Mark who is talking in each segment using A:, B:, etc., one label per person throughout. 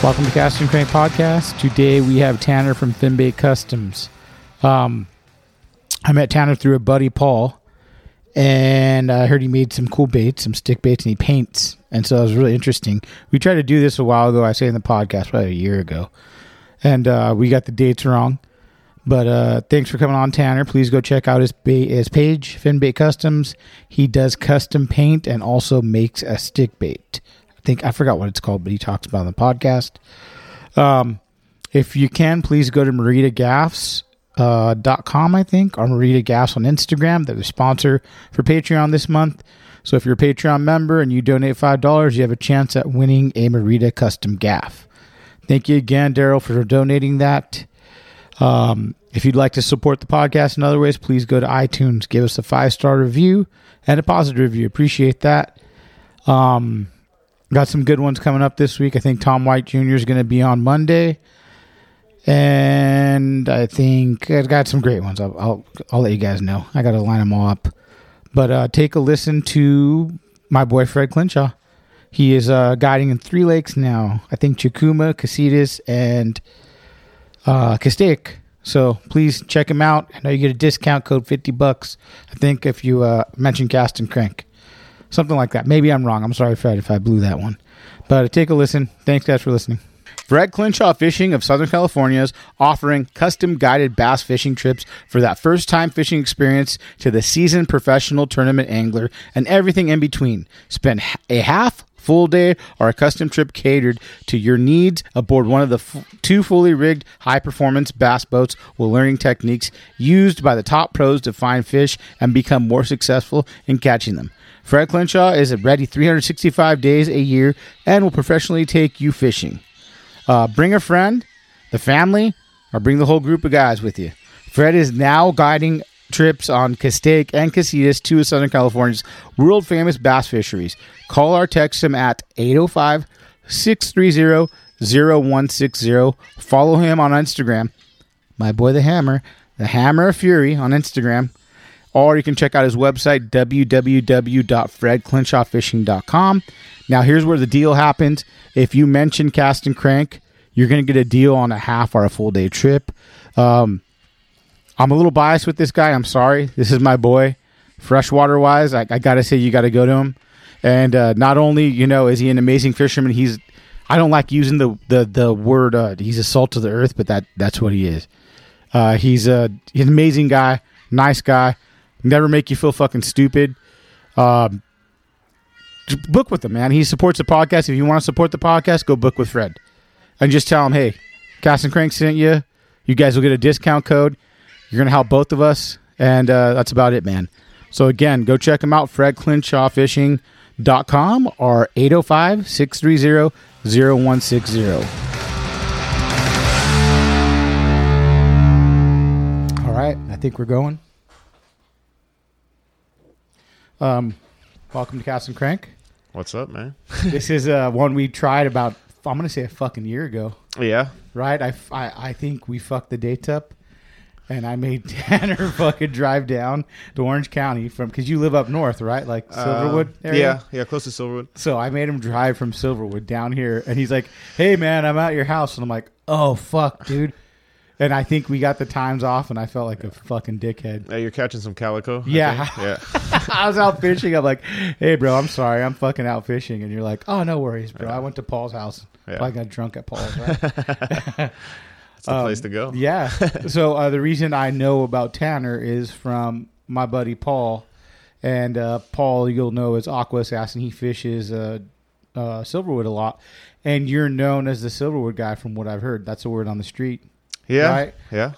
A: Welcome to Cast and Crank Podcast. Today we have Tanner from Thin Bay Customs. Um, I met Tanner through a buddy, Paul, and I heard he made some cool baits, some stick baits, and he paints. And so it was really interesting. We tried to do this a while ago. I say in the podcast, probably a year ago, and uh, we got the dates wrong. But uh, thanks for coming on, Tanner. Please go check out his ba- his page, Fin Bait Customs. He does custom paint and also makes a stick bait. I think I forgot what it's called, but he talks about it on the podcast. Um, if you can, please go to MaritaGaffs.com, uh, dot com, I think, or Marita Gaffs on Instagram. They're the sponsor for Patreon this month. So if you're a Patreon member and you donate $5, you have a chance at winning a Marita custom gaff. Thank you again, Daryl, for donating that. Um, if you'd like to support the podcast in other ways, please go to iTunes, give us a five star review and a positive review. Appreciate that. Um, got some good ones coming up this week. I think Tom White Jr. is going to be on Monday, and I think I've got some great ones. I'll, I'll I'll let you guys know. I got to line them all up, but uh, take a listen to my boy Fred Clinshaw. He is uh, guiding in three lakes now. I think Chakuma, Casitas, and uh, Castaic. So please check him out. I know you get a discount code, 50 bucks. I think if you uh, mention Cast and Crank, something like that. Maybe I'm wrong. I'm sorry, Fred, if I blew that one. But take a listen. Thanks, guys, for listening. Fred Clinshaw Fishing of Southern California is offering custom guided bass fishing trips for that first time fishing experience to the seasoned professional tournament angler and everything in between. Spend h- a half full day or a custom trip catered to your needs aboard one of the f- two fully rigged high performance bass boats with learning techniques used by the top pros to find fish and become more successful in catching them. Fred Clinshaw is ready 365 days a year and will professionally take you fishing. Uh, bring a friend, the family, or bring the whole group of guys with you. Fred is now guiding trips on Castaic and Casitas to Southern California's world famous bass fisheries. Call or text him at 805 630 0160. Follow him on Instagram, my boy the Hammer, the Hammer of Fury on Instagram or you can check out his website www.fredclinshawfishing.com. Now here's where the deal happens. If you mention Cast and Crank, you're going to get a deal on a half or a full day trip. Um, I'm a little biased with this guy. I'm sorry. This is my boy. Freshwater wise, I, I got to say you got to go to him. And uh, not only you know is he an amazing fisherman, he's I don't like using the the the word uh, he's a salt of the earth, but that that's what he is. Uh, he's a he's an amazing guy, nice guy. Never make you feel fucking stupid. Um, j- book with him, man. He supports the podcast. If you want to support the podcast, go book with Fred, and just tell him, hey, Cast and Crank sent you. You guys will get a discount code. You're gonna help both of us, and uh, that's about it, man. So again, go check him out, fredclinshawfishing.com or 805-630-0160. All right, I think we're going. Um, Welcome to Cast and Crank.
B: What's up, man?
A: this is uh, one we tried about, I'm going to say a fucking year ago,
B: Yeah.
A: right? I, f- I- I think we fucked the dates up. And I made Tanner fucking drive down to Orange County from, because you live up north, right? Like Silverwood area?
B: Yeah, Um, yeah, close to Silverwood.
A: So I made him drive from Silverwood down here, and he's like, "Hey, man, I'm at your house," and I'm like, "Oh fuck, dude!" And I think we got the times off, and I felt like a fucking dickhead.
B: Yeah, you're catching some calico. I
A: Yeah.
B: think. Yeah.
A: I was out fishing. I'm like, "Hey, bro, I'm sorry, I'm fucking out fishing," and you're like, "Oh, no worries, bro. I went to Paul's house.
B: Yeah.
A: I got drunk at Paul's." Right?
B: It's the place to go.
A: Um, Yeah. so uh, the reason I know about Tanner is from my buddy Paul, and uh, Paul you'll know is Aqua Assassin. He fishes uh, uh, Silverwood a lot, and you're known as the Silverwood guy from what I've heard. That's a word on the street.
B: Yeah,
A: Right.
B: yeah,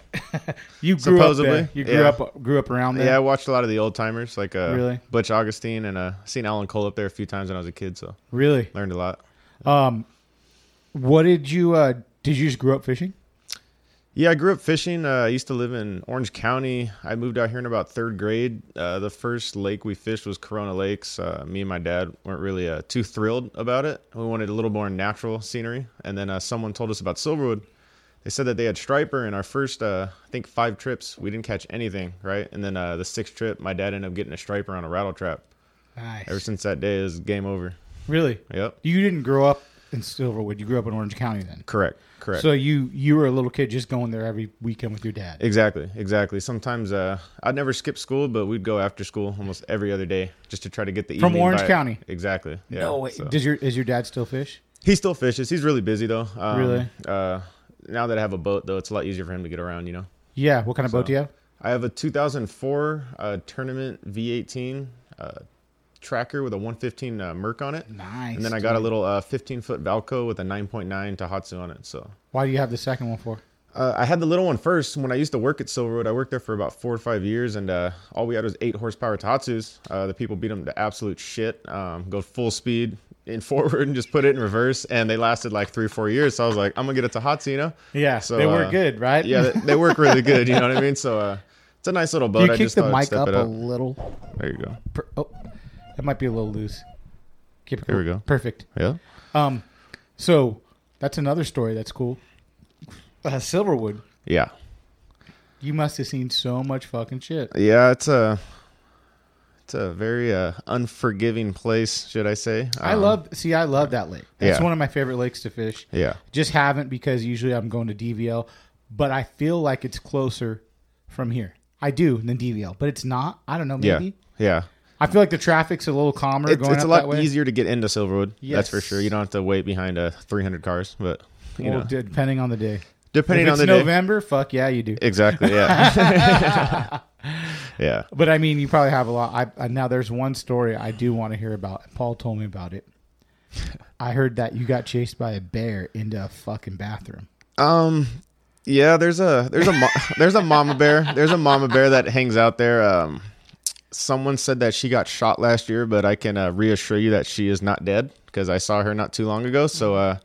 A: You grew
B: Supposedly,
A: up there. You grew
B: yeah.
A: up grew up around there.
B: yeah. I watched a lot of the old timers, like uh,
A: Really?
B: Butch Augustine, and uh, seen Alan Cole up there a few times when I was a kid, so
A: Really?
B: learned a lot.
A: What did you? Uh, did you just grow up fishing?
B: Yeah, I grew up fishing. Uh, I used to live in Orange County. I moved out here in about third grade. Uh, the first lake we fished was Corona Lakes. Uh, me and my dad weren't really uh, too thrilled about it. We wanted a little more natural scenery. And then uh, someone told us about Silverwood. They said that they had striper, and our first, uh, I think, five trips, we didn't catch anything, right? And then uh, the sixth trip, my dad ended up getting a striper on a rattle trap. Ever
A: Nice.
B: since that day, it was game over.
A: Really?
B: Yep.
A: You didn't grow up in Silverwood. You grew up in Orange County then.
B: Correct. Correct.
A: So you you were a little kid just going there every weekend with your dad.
B: Exactly, exactly. Sometimes uh, I'd never skip school, but we'd go after school almost every other day just to try to get the
A: From
B: evening
A: Orange
B: bite.
A: County?
B: Exactly. Yeah,
A: no way.
B: so.
A: Does your is your dad still fish?
B: He still fishes. He's really busy though. Um,
A: Really?
B: Uh, now that I have a boat, though, it's a lot easier for him to get around. You know,
A: Yeah. What kind of boat do you have?
B: I have a 2004 uh, tournament V18 uh, tracker with a 115 uh, Merc on it.
A: Nice,
B: And then I got a
A: dude.
B: little uh, 15 foot Valco with a 9.9 Tahatsu on it. So
A: Why do you have the second one for?
B: Uh, I had the little one first when I used to work at Silverwood. I worked there for about four or five years, and uh, all we had was eight horsepower Tatsus. Uh, the people beat them to absolute shit. Um, go full speed in forward and just put it in reverse, and they lasted like three, four years. So I was like, I'm gonna get a Tahatsu, you know? uh,
A: Yeah, they were good, right?
B: Yeah, they, they work really good. You know what I mean? So uh, it's a nice little boat.
A: Do you
B: I
A: kick
B: just
A: the
B: thought I'd
A: mic
B: step
A: up,
B: it
A: a little?
B: There you go.
A: Per- oh, that might be a little loose. Keep it
B: Here we
A: cool.
B: go.
A: Perfect.
B: Yeah.
A: Um, so that's another story. That's cool. Uh, Silverwood,
B: Yeah.
A: you must have seen so much fucking shit.
B: Yeah. It's a it's a very uh, unforgiving place, should I say?
A: I
B: Um,
A: love. See, I love that lake. It's
B: Yeah.
A: one of my favorite lakes to fish.
B: Yeah.
A: Just haven't because usually I'm going to DVL, but I feel like it's closer from here. I do than DVL, but it's not. I don't know.
B: Yeah.
A: Maybe
B: Yeah.
A: I feel like the traffic's a little calmer
B: it's,
A: going
B: it's
A: up
B: a
A: that
B: lot
A: way.
B: easier to get into Silverwood. That's for
A: Yes.
B: sure. You don't have to wait behind uh, 300 cars, but you
A: Well,
B: know,
A: d- depending on the day.
B: depending
A: if
B: on
A: it's
B: the day.
A: November, fuck yeah, you do.
B: Exactly. Yeah. yeah.
A: But I mean, you probably have a lot. I, I now there's one story I do want to hear about. and Paul told me about it. I heard that you got chased by a bear into a fucking bathroom.
B: Um. Yeah. There's a there's a mo- there's a mama bear. There's a mama bear that hangs out there. Um. Someone said that she got shot last year, but I can uh, reassure you that she is not dead because I saw her not too long ago. So, uh,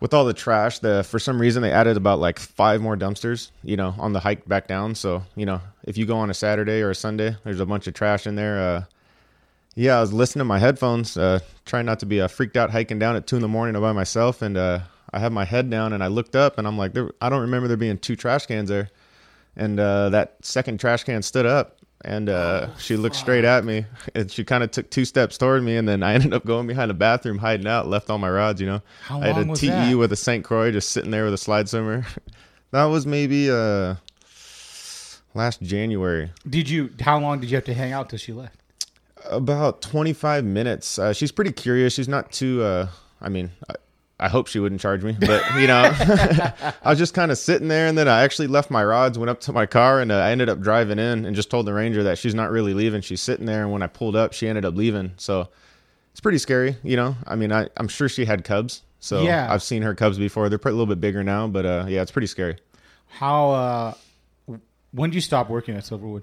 B: with all the trash, the for some reason they added about like five more dumpsters, you know, on the hike back down. So, you know, if you go on a Saturday or a Sunday, there's a bunch of trash in there. Uh, yeah, I was listening to my headphones, uh, trying not to be uh, freaked out hiking down at two in the morning by myself, and uh, I had my head down and I looked up and I'm like, there, I don't remember there being two trash cans there, and uh, that second trash can stood up and
A: Oh,
B: uh, she looked straight at me and she kind of took two steps toward me and then I ended up going behind a bathroom hiding out, left all my rods, you know.
A: How
B: I had
A: long
B: a
A: was
B: TE
A: that?
B: with a St. Croix just sitting there with a slide swimmer. that was maybe uh, last January.
A: Did you? How long did you have to hang out till she left?
B: about 25 minutes. Uh, she's pretty curious. She's not too, uh, I mean, I, I hope she wouldn't charge me, but you know, I was just kind of sitting there and then I actually left my rods, went up to my car and uh, I ended up driving in and just told the ranger that she's not really leaving. She's sitting there. And when I pulled up, she ended up leaving. So it's pretty scary. You know, I mean, I, I'm sure she had cubs. So
A: Yeah.
B: I've seen her cubs before. They're pr- a little bit bigger now, but uh, yeah, it's pretty scary.
A: How? uh When did you stop working at Silverwood?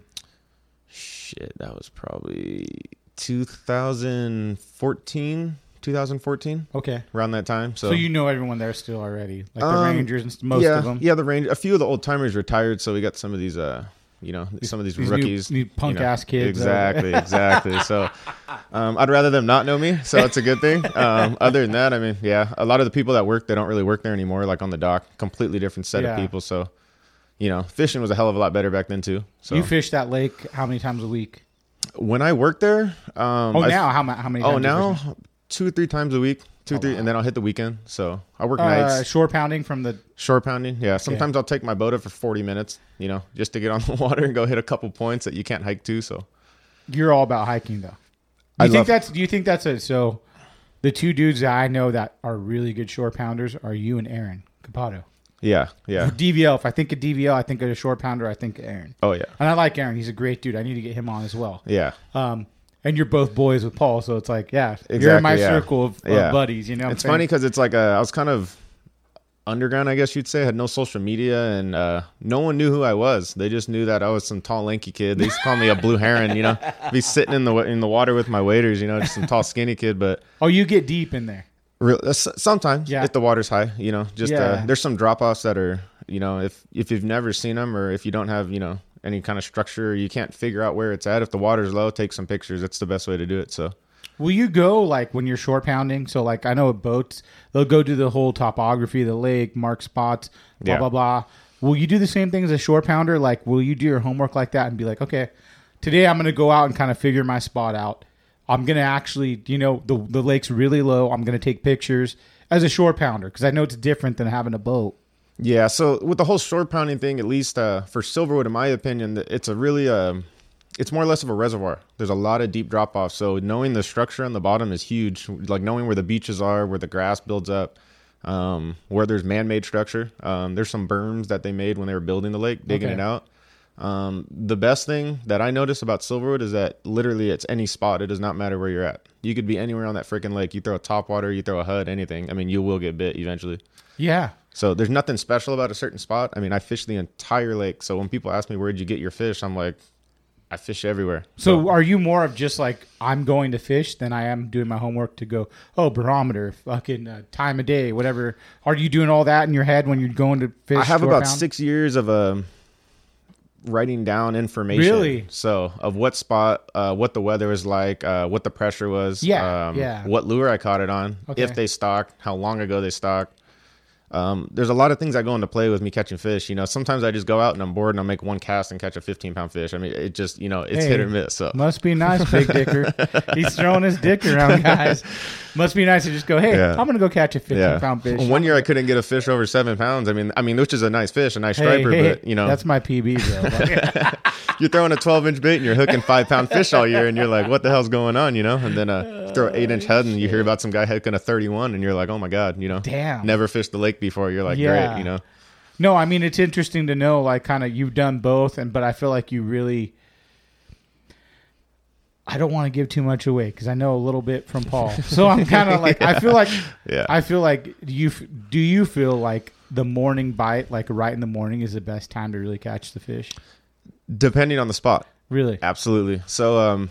B: Shit, that was probably 2014, 2014.
A: Okay.
B: around that time. So,
A: So you know everyone there still already, like the
B: Um,
A: Rangers and s- most
B: yeah,
A: of them.
B: yeah, the range. A few of the old timers retired, so we got some of these, uh, you know, some of these,
A: these new-
B: rookies,
A: new
B: you know.
A: punk-ass kids. uh,
B: Exactly, exactly. So, um, I'd rather them not know me, so it's a good thing. Um, other than that, I mean, yeah, a lot of the people that work, they don't really work there anymore. Like on the dock, completely different set
A: Yeah.
B: of people. So, you know, fishing was a hell of a lot better back then too. So
A: You fish that lake how many times a week?
B: when I worked there, um,
A: Oh,
B: I-
A: now how, mu- how many?
B: oh
A: times you fish
B: now two or three times a week, two or three, and then I'll hit the weekend. So I work
A: Uh,
B: nights.
A: shore pounding from the
B: Shore pounding, yeah. Sometimes I'll take my boat up for forty minutes, you know, just to get on the water and go hit a couple points that you can't hike to. So
A: You're all about hiking, though. Do you
B: I
A: think
B: love-
A: that's? Do you think that's it? So, the two dudes that I know that are really good shore pounders are you and Aaron Capato.
B: Yeah, yeah.
A: DVL. If I think of DVL, I think of a short pounder. I think of Aaron.
B: Oh yeah,
A: And I like Aaron. He's a great dude. I need to get him on as well.
B: yeah.
A: Um, and you're both boys with Paul, so it's like, yeah, you're in
B: Exactly,
A: my
B: yeah.
A: circle of, of
B: Yeah.
A: buddies. You know, what
B: it's
A: I'm saying?
B: funny because it's like uh, I was kind of underground, I guess you'd say. I had no social media, and uh, no one knew who I was. They just knew that I was some tall, lanky kid. They used to call me a blue heron. You know, be sitting in the wa- in the water with my waders. You know, just some tall, skinny kid. But
A: Oh, you get deep in there.
B: real, uh, s- sometimes
A: Yeah.
B: if the water's high, you know, just
A: Yeah.
B: uh, there's some drop offs that are you know if if you've never seen them or if you don't have you know any kind of structure, you can't figure out where it's at. If the water's low, take some pictures. That's the best way to do it. So.
A: Will you go like when you're short pounding? So like I know at boats, they'll go do the whole topography of the lake, mark spots, blah
B: Yeah.
A: blah blah. Will you do the same thing as a short pounder? Like will you do your homework like that and be like, okay, today I'm gonna go out and kind of figure my spot out. I'm gonna actually, you know, the the lake's really low. I'm gonna take pictures as a short pounder because I know it's different than having a boat.
B: Yeah, so with the whole shore pounding thing, at least uh, for Silverwood, in my opinion, th- it's a really, um, it's more or less of a reservoir. There's a lot of deep drop off, so knowing the structure on the bottom is huge. Like knowing where the beaches are, where the grass builds up, um, where there's man-made structure. Um, there's some berms that they made when they were building the lake, digging
A: Okay.
B: it out. Um, the best thing that I notice about Silverwood is that literally it's any spot. It does not matter where you're at. You could be anywhere on that freaking lake. You throw a top water, you throw a HUD, anything. I mean, you will get bit eventually.
A: Yeah,
B: So there's nothing special about a certain spot. I mean, I fish the entire lake. So when people ask me where'd you get your fish, I'm like, I fish everywhere.
A: So are you more of just like I'm going to fish than I am doing my homework to go oh barometer fucking uh, time of day whatever are you doing all that in your head when you're going to fish?
B: I have
A: shore
B: about
A: pound?
B: six years of um, writing down information.
A: Really?
B: So of what spot, uh, what the weather was like, uh, what the pressure was, um,
A: Yeah, yeah.
B: what lure I caught it on,
A: Okay.
B: if they stocked, how long ago they stocked. Um, there's a lot of things that go into play with me catching fish. You know, sometimes I just go out and I'm bored and I'll make one cast and catch a 15 pound fish. I mean, it just, you know, it's
A: Hey,
B: hit or miss. So
A: Must be nice, big dicker. He's throwing his dick around, guys. Must be nice to just go. Hey,
B: Yeah.
A: I'm gonna go catch a 15 pound fish.
B: One year I couldn't get a fish over seven pounds. I mean, I mean, which is a nice fish, a nice striper, but you know,
A: that's my PB, bro. Like,
B: you're throwing a 12 inch bait and you're hooking five pound fish all year, and you're like, what the hell's going on, you know? And then uh, throw an eight inch head, and you hear about some guy hooking a 31, and you're like, oh my god, you know,
A: Damn.
B: never fished the lake before. You're like,
A: Yeah.
B: great, you know,
A: No, I mean it's interesting to know, like, kind of you've done both, and but I feel like you really. I don't want to give too much away because I know a little bit from Paul, so I'm kind of like I feel like
B: Yeah.
A: I feel like you f- do you feel like the morning bite, like right in the morning, is the best time to really catch the fish.
B: depending on the spot,
A: Really,
B: absolutely. So, um,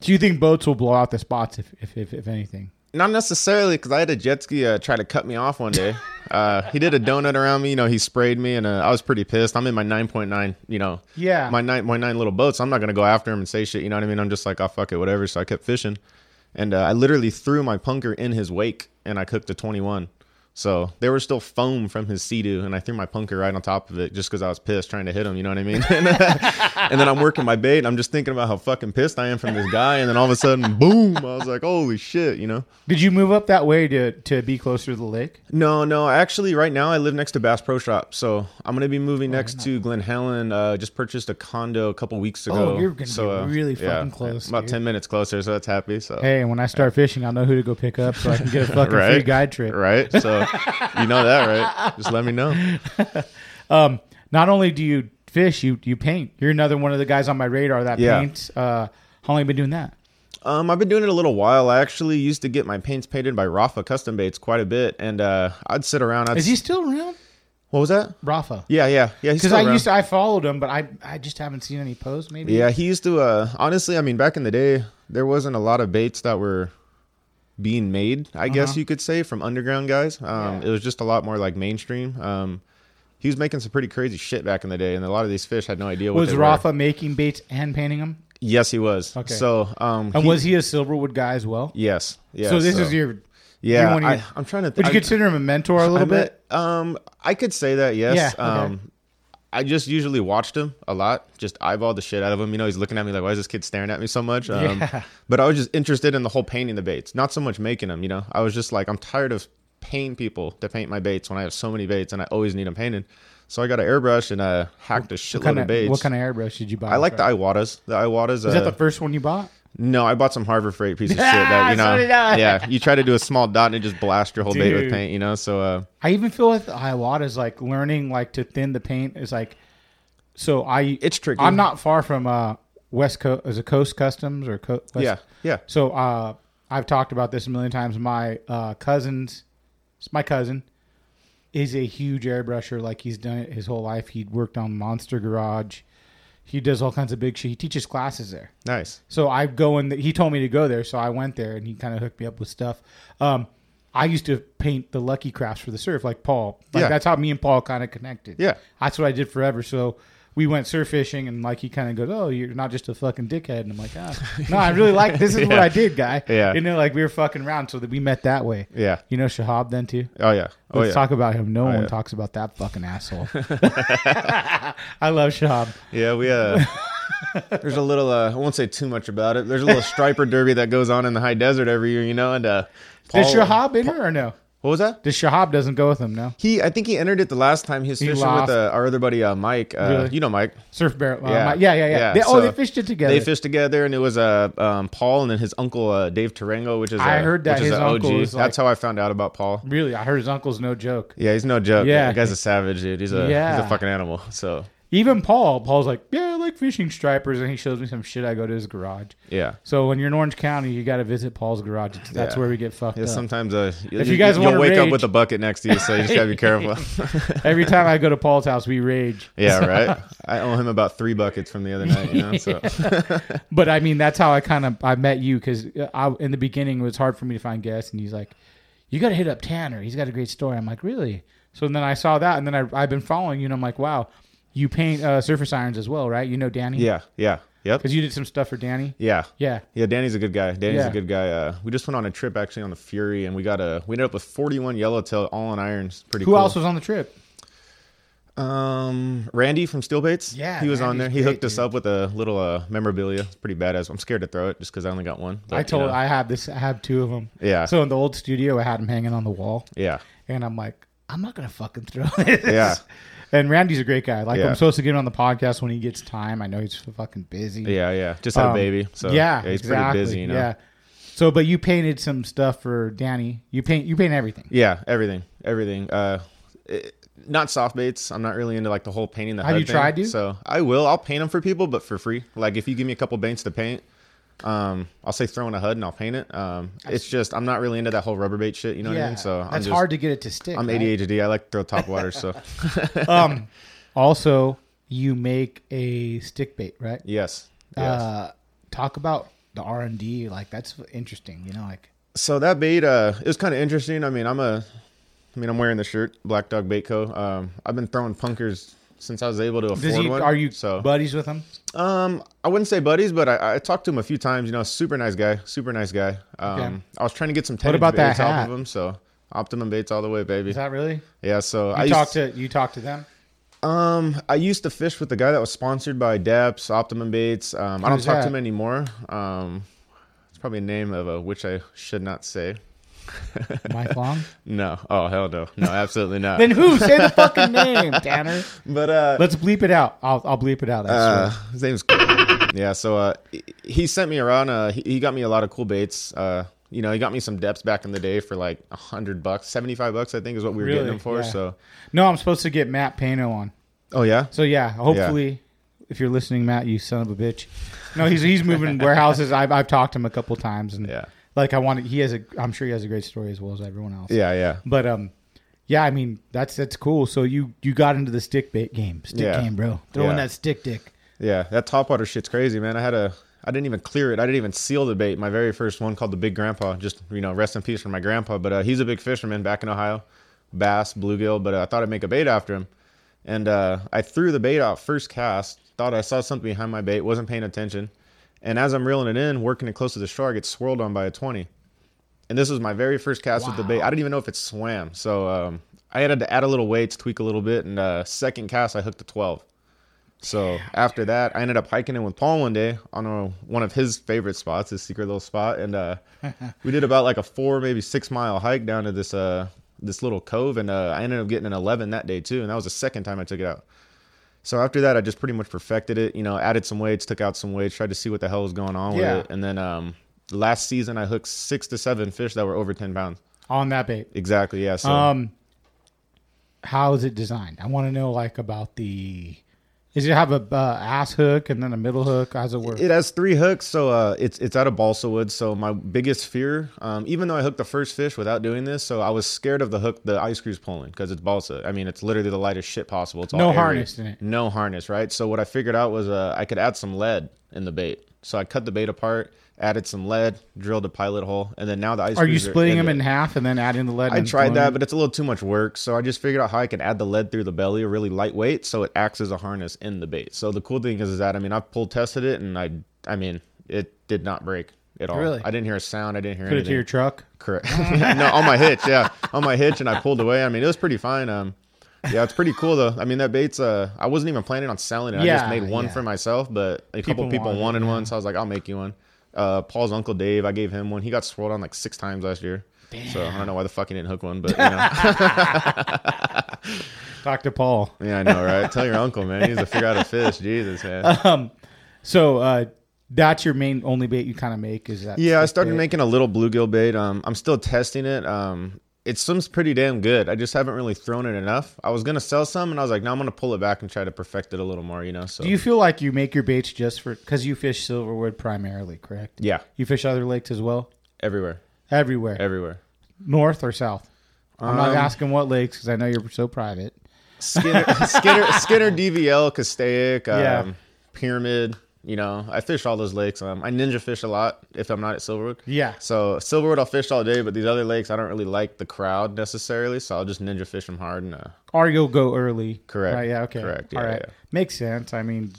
A: do you think boats will blow out the spots if if if, if anything?
B: Not necessarily, because I had a jet ski uh, try to cut me off one day. Uh, he did a donut around me. You know, he sprayed me, and uh, I was pretty pissed. I'm in my 9.9. You know,
A: Yeah.
B: my 9.9 little boats. I'm not gonna go after him and say shit. You know what I mean? I'm just like, oh fuck it, whatever. So I kept fishing, and uh, I literally threw my punker in his wake, and I cooked a 21. So there was still foam from his sea-doo, and I threw my punker right on top of it just because I was pissed trying to hit him. You know what I mean? and then I'm working my bait. And I'm just thinking about how fucking pissed I am from this guy, and then all of a sudden, boom! I was like, holy shit, you know.
A: Did you move up that way to to be closer to the lake?
B: No, no. Actually, right now I live next to Bass Pro Shop, so I'm gonna be moving
A: Oh,
B: next to Glen Helen. Uh, just purchased a condo a couple weeks ago.
A: Oh, you're gonna
B: so,
A: be
B: uh,
A: really
B: yeah,
A: fucking close,
B: About
A: dude.
B: ten minutes closer, so that's happy. So
A: Hey, when I start fishing, I'll know who to go pick up so I can get a fucking free guide trip.
B: right? So you know that, right? Just let me know.
A: not only do you fish, you you paint. You're another one of the guys on my radar that
B: Yeah.
A: paints. Uh, how long you been doing that?
B: Um, I've been doing it a little while. I actually used to get my paints painted by Rafa Custom Baits quite a bit, and uh, I'd sit around. I'd,
A: Is he still around,
B: What was that?
A: Rafa?
B: Yeah, yeah, yeah. he's
A: because
B: still
A: I
B: around.
A: used to I followed him, but I I just haven't seen any posts. Maybe
B: Yeah, he used to. Uh, honestly, I mean, back in the day, there wasn't a lot of baits that were being made. I
A: Uh-huh.
B: guess you could say from underground guys. Um, It was just a lot more like mainstream. Um, he was making some pretty crazy shit back in the day, and a lot of these fish had no idea what
A: was
B: they
A: Rafa
B: Were.
A: making baits and painting them,
B: Yes, he was.
A: Okay.
B: Okay. So, um,
A: and was he a Silverwood guy as well?
B: Yes. Yeah.
A: so this is your
B: Yeah,
A: you're one of
B: I,
A: your-
B: I'm trying to. Th-
A: Would you
B: I-
A: consider him a mentor a
B: I
A: little bit?
B: bet- Um, I could say that. Yes.
A: Yeah, okay.
B: Um, I just usually watched him a lot, just eyeballed the shit out of him. You know, he's looking at me like, why is this kid staring at me so much? Um, But I was just interested in the whole painting the baits, not so much making them. You know, I was just like, I'm tired of paying people to paint my baits when I have so many baits and I always need them painted. So I got an airbrush and I hacked a shitload
A: Kind
B: of
A: of,
B: baits.
A: what kind of airbrush did you buy?
B: I like the Iwatas. The Iwatas.
A: Is
B: uh,
A: that the first one you bought?
B: No, I bought some Harbor Freight piece of shit that you know.
A: So did I.
B: Yeah, you try to do a small dot and it just blasts your whole bait with
A: Dude.
B: paint, you know. So uh,
A: I even feel with Hiawatha is like learning like to thin the paint is like so I
B: It's tricky.
A: I'm not far from uh West Coast is it Coast Customs or Co- West-
B: yeah, yeah.
A: So uh I've talked about this a million times. My uh cousins it's my cousin is a huge airbrusher like he's done it his whole life. He worked on Monster Garage. He does all kinds of big shit. He teaches classes there.
B: Nice.
A: So I go in. The, he told me to go there, so I went there, and he kind of hooked me up with stuff. Um, I used to paint the Lucky Crafts for the surf, like Paul. Like
B: Yeah.
A: that's how me and Paul kind of connected.
B: Yeah.
A: that's what I did forever. So we went surf fishing, and like he kind of goes, "Oh, you're not just a fucking dickhead," and I'm like, ah, "No, I really like this. Is what
B: Yeah.
A: I did, guy."
B: Yeah.
A: you know, like we were fucking around, so that we met that way.
B: Yeah.
A: you know, Shahab then too.
B: Oh yeah. Oh
A: Let's
B: yeah.
A: talk about him. No one
B: yeah.
A: talks about that fucking asshole. I love Shahab.
B: Yeah, we uh there's a little uh I won't say too much about it. There's a little striper derby that goes on in the high desert every year, you know, and uh Paul,
A: Did Shahab enter or no?
B: What was that?
A: Did Shahab doesn't go with him? No.
B: He I think he entered it the last time he was
A: He
B: fishing
A: lost.
B: with uh, our other buddy uh, Mike. Uh,
A: Really?
B: you know Mike.
A: Surf barrel. uh, my- yeah, yeah, yeah. They, oh,
B: so
A: they fished it together.
B: They fished together, and it was uh, um, Paul and then his uncle uh, Dave Tarango, which is
A: I
B: a-
A: heard that
B: which is
A: his
B: a
A: uncle
B: OG.
A: is like-
B: That's how I found out about Paul.
A: Really, I heard his uncle's no joke.
B: Yeah, he's no joke.
A: Yeah.
B: Yeah, that guy's a savage, dude. He's a he's
A: Yeah.
B: a fucking animal. So
A: Even Paul, Paul's like, yeah, I like fishing stripers, and he shows me some shit. I go to his garage.
B: yeah.
A: So when you're in Orange County, you got to visit Paul's garage. It's- That's
B: Yeah.
A: where we get fucked
B: Yeah,
A: up.
B: sometimes uh, you,
A: If you guys wanna
B: will wake
A: rage-
B: up with a bucket next to you, so you just gotta be careful.
A: Every time I go to Paul's house, we rage.
B: Yeah, right. I owe him about three buckets from the other night. You know, so
A: But I mean, that's how I kind of I met you because I in the beginning it was hard for me to find guests, and he's like, you got to hit up Tanner. He's got a great story. I'm like, really? So then I saw that, and then I, I've been following you, and I'm like, wow, you paint uh, surface irons as well, right? You know Danny?
B: yeah, yeah, yep,
A: Because you did some stuff for Danny.
B: yeah,
A: Yeah.
B: yeah. Danny's a good guy. Danny's
A: Yeah.
B: a good guy. Uh, we just went on a trip actually on the Fury, and we got a we ended up with forty one yellowtail all on irons. Pretty.
A: Who
B: cool.
A: else was on the trip?
B: Um, Randy from Steelbaits.
A: Yeah,
B: he was
A: Randy's
B: on there. He
A: great,
B: hooked us
A: dude.
B: up with a little uh, memorabilia. It's pretty badass. I'm scared to throw it just because I only got one. but,
A: I
B: you
A: told
B: know,
A: I have this. I have two of them.
B: Yeah.
A: So in the old studio, I had them hanging on the wall,
B: yeah,
A: and I'm like, I'm not gonna fucking throw this.
B: Yeah.
A: And Randy's a great guy. Like
B: Yeah.
A: I'm supposed to get him on the podcast when he gets time. I know he's fucking busy.
B: yeah, yeah. Just had
A: Um,
B: a baby, so
A: yeah,
B: he's
A: exactly.
B: pretty busy. You know.
A: Yeah. So, but you painted some stuff for Danny. You paint. You paint everything.
B: Yeah, everything, everything. Uh, it, not soft baits. I'm not really into like the whole painting the.
A: Have
B: HUD
A: you
B: thing.
A: tried to?
B: So I will. I'll paint them for people, but for free. Like if you give me a couple paints to paint, um, I'll say throw in a HUD and I'll paint it. Um, it's just I'm not really into that whole rubber bait shit. You know what I mean? So I'm
A: that's
B: just,
A: hard to get it to stick.
B: I'm
A: right?
B: ADHD. I like to throw top water. So
A: Um, also, you make a stick bait, right?
B: yes, yes.
A: Uh, talk about the R and D. Like that's interesting. You know, like
B: so that bait uh it was kind of interesting i mean i'm a i mean i'm wearing the shirt black dog bait co um i've been throwing punkers since i was able to afford
A: Does he,
B: one
A: are you
B: so
A: buddies with him?
B: um i wouldn't say buddies but i i talked to him a few times you know super nice guy super nice guy um
A: Okay.
B: i was trying to get some tonnage
A: about that
B: baits off
A: hat?
B: of him so optimum baits all the way baby
A: Is that really?
B: yeah so
A: You
B: i
A: talk
B: used,
A: to you talk to them.
B: um i used to fish with the guy that was sponsored by deps optimum baits um i don't
A: Who's
B: talk
A: that?
B: to him anymore um it's probably a name of a which i should not say
A: Mike Long.
B: no oh hell no no absolutely not
A: then who? Say the fucking name, Tanner.
B: But uh,
A: Let's bleep it out. I'll I'll bleep it out. I
B: uh
A: swear.
B: his name's yeah. So uh, he- he sent me around. Uh, he, he got me a lot of cool baits. Uh, you know, he got me some depths back in the day for like a hundred bucks, seventy five bucks, I think, is what we were
A: Really?
B: getting them for.
A: Yeah.
B: So
A: no, I'm supposed to get Matt Pano on.
B: oh yeah,
A: So yeah, hopefully, if you're listening, Matt, you son of a bitch. No, he's he's moving warehouses. I've I've talked to him a couple times, and
B: Yeah.
A: like I wanted. He has a. I'm sure he has a great story as well as everyone else.
B: yeah, yeah.
A: But um, yeah, I mean that's that's cool. So you you got into the stick bait game, stick
B: Yeah.
A: game, bro. Throwing
B: Yeah.
A: that stick dick.
B: Yeah, that top water shit's crazy, man. I had a I didn't even clear it. I didn't even seal the bait. My very first one called the Big Grandpa. Just you know, rest in peace for my grandpa. But uh, he's a big fisherman back in Ohio, bass, bluegill. But uh, I thought I'd make a bait after him, and uh, I threw the bait out first cast. Thought I saw something behind my bait. Wasn't paying attention, and as I'm reeling it in, working it close to the shore, I get swirled on by a twenty. And this was my very first cast with the bait. I didn't even know if it swam. So um, I had to add a little weights, tweak a little bit, and uh, second cast I hooked a twelve. So after that, I ended up hiking in with Paul one day on a, one of his favorite spots, his secret little spot, and uh, we did about like a four, maybe six mile hike down to this uh, this little cove, and uh, I ended up getting an eleven that day too, and that was the second time I took it out. So after that, I just pretty much perfected it. You know, added some weights, took out some weights, tried to see what the hell was going on
A: Yeah.
B: with it. And then um, last season, I hooked six to seven fish that were over ten pounds.
A: on that bait.
B: Exactly. Yeah. So
A: Um, how is it designed? I want to know like about the. Does it have a uh, ass hook and then a middle hook? How's it work?
B: It has three hooks, so uh, it's it's out of balsa wood. So my biggest fear, um, even though I hooked the first fish without doing this, so I was scared of the hook, the ice crew's pulling because it's balsa. I mean, it's literally the lightest shit possible. It's all
A: No
B: airy.
A: harness in it.
B: No harness, right? So what I figured out was uh, I could add some lead in the bait. So I cut the bait apart, added some lead, drilled a pilot hole, and then now the ice.
A: Are you
B: screws
A: splitting them
B: it.
A: in half and then adding the lead?
B: I
A: and
B: tried that,
A: throwing
B: but it's a little too much work. So I just figured out how I can add the lead through the belly, really lightweight, so it acts as a harness in the bait. So the cool thing is, is that I mean, I've pull tested it, and I, I mean, it did not break at all.
A: Really?
B: I didn't hear a sound. I didn't hear
A: put it
B: anything.
A: to your truck?
B: Correct. no, on my hitch, yeah, on my hitch, and I pulled away. I mean, it was pretty fine. Um, yeah, it's pretty cool though. I mean, that bait's. Uh, I wasn't even planning on selling it. I
A: Yeah,
B: just made one
A: yeah.
B: for myself, but a
A: People
B: couple people
A: wanted it,
B: wanted one, so I was like, I'll make you one. Uh, Paul's uncle Dave, I gave him one. He got swirled on like six times last year. So I don't know why the fuck he didn't hook one, but you know.
A: Doctor Paul.
B: yeah, I know, right? Tell your uncle, man. He needs to figure out a fish. Jesus, man.
A: So uh, that's your main only bait you kind of make is that?
B: Yeah, I
A: stick
B: started
A: bait?
B: making a little bluegill bait. Um, I'm still testing it. Um, it swims pretty damn good. I just haven't really thrown it enough. I was gonna sell some, and I was like, no, I'm gonna pull it back and try to perfect it a little more. You know, so
A: Do you feel like you make your baits just for because you fish silverwood primarily, correct?
B: yeah,
A: You fish other lakes as well,
B: everywhere,
A: everywhere,
B: everywhere.
A: north or south. I'm not
B: Um,
A: asking what lakes because I know you're so private.
B: Skinner, Skinner, Skinner, DVL, Castaic, um,
A: Yeah.
B: Pyramid. You know, I fish all those lakes. Um, I ninja fish a lot if I'm not at Silverwood.
A: Yeah.
B: So Silverwood, I'll fish all day, but these other lakes, I don't really like the crowd necessarily, so I'll just ninja fish them hard and uh,
A: Or you'll go early.
B: Correct.
A: Right, yeah. Okay.
B: Correct, yeah,
A: All right.
B: yeah.
A: Makes sense. I mean,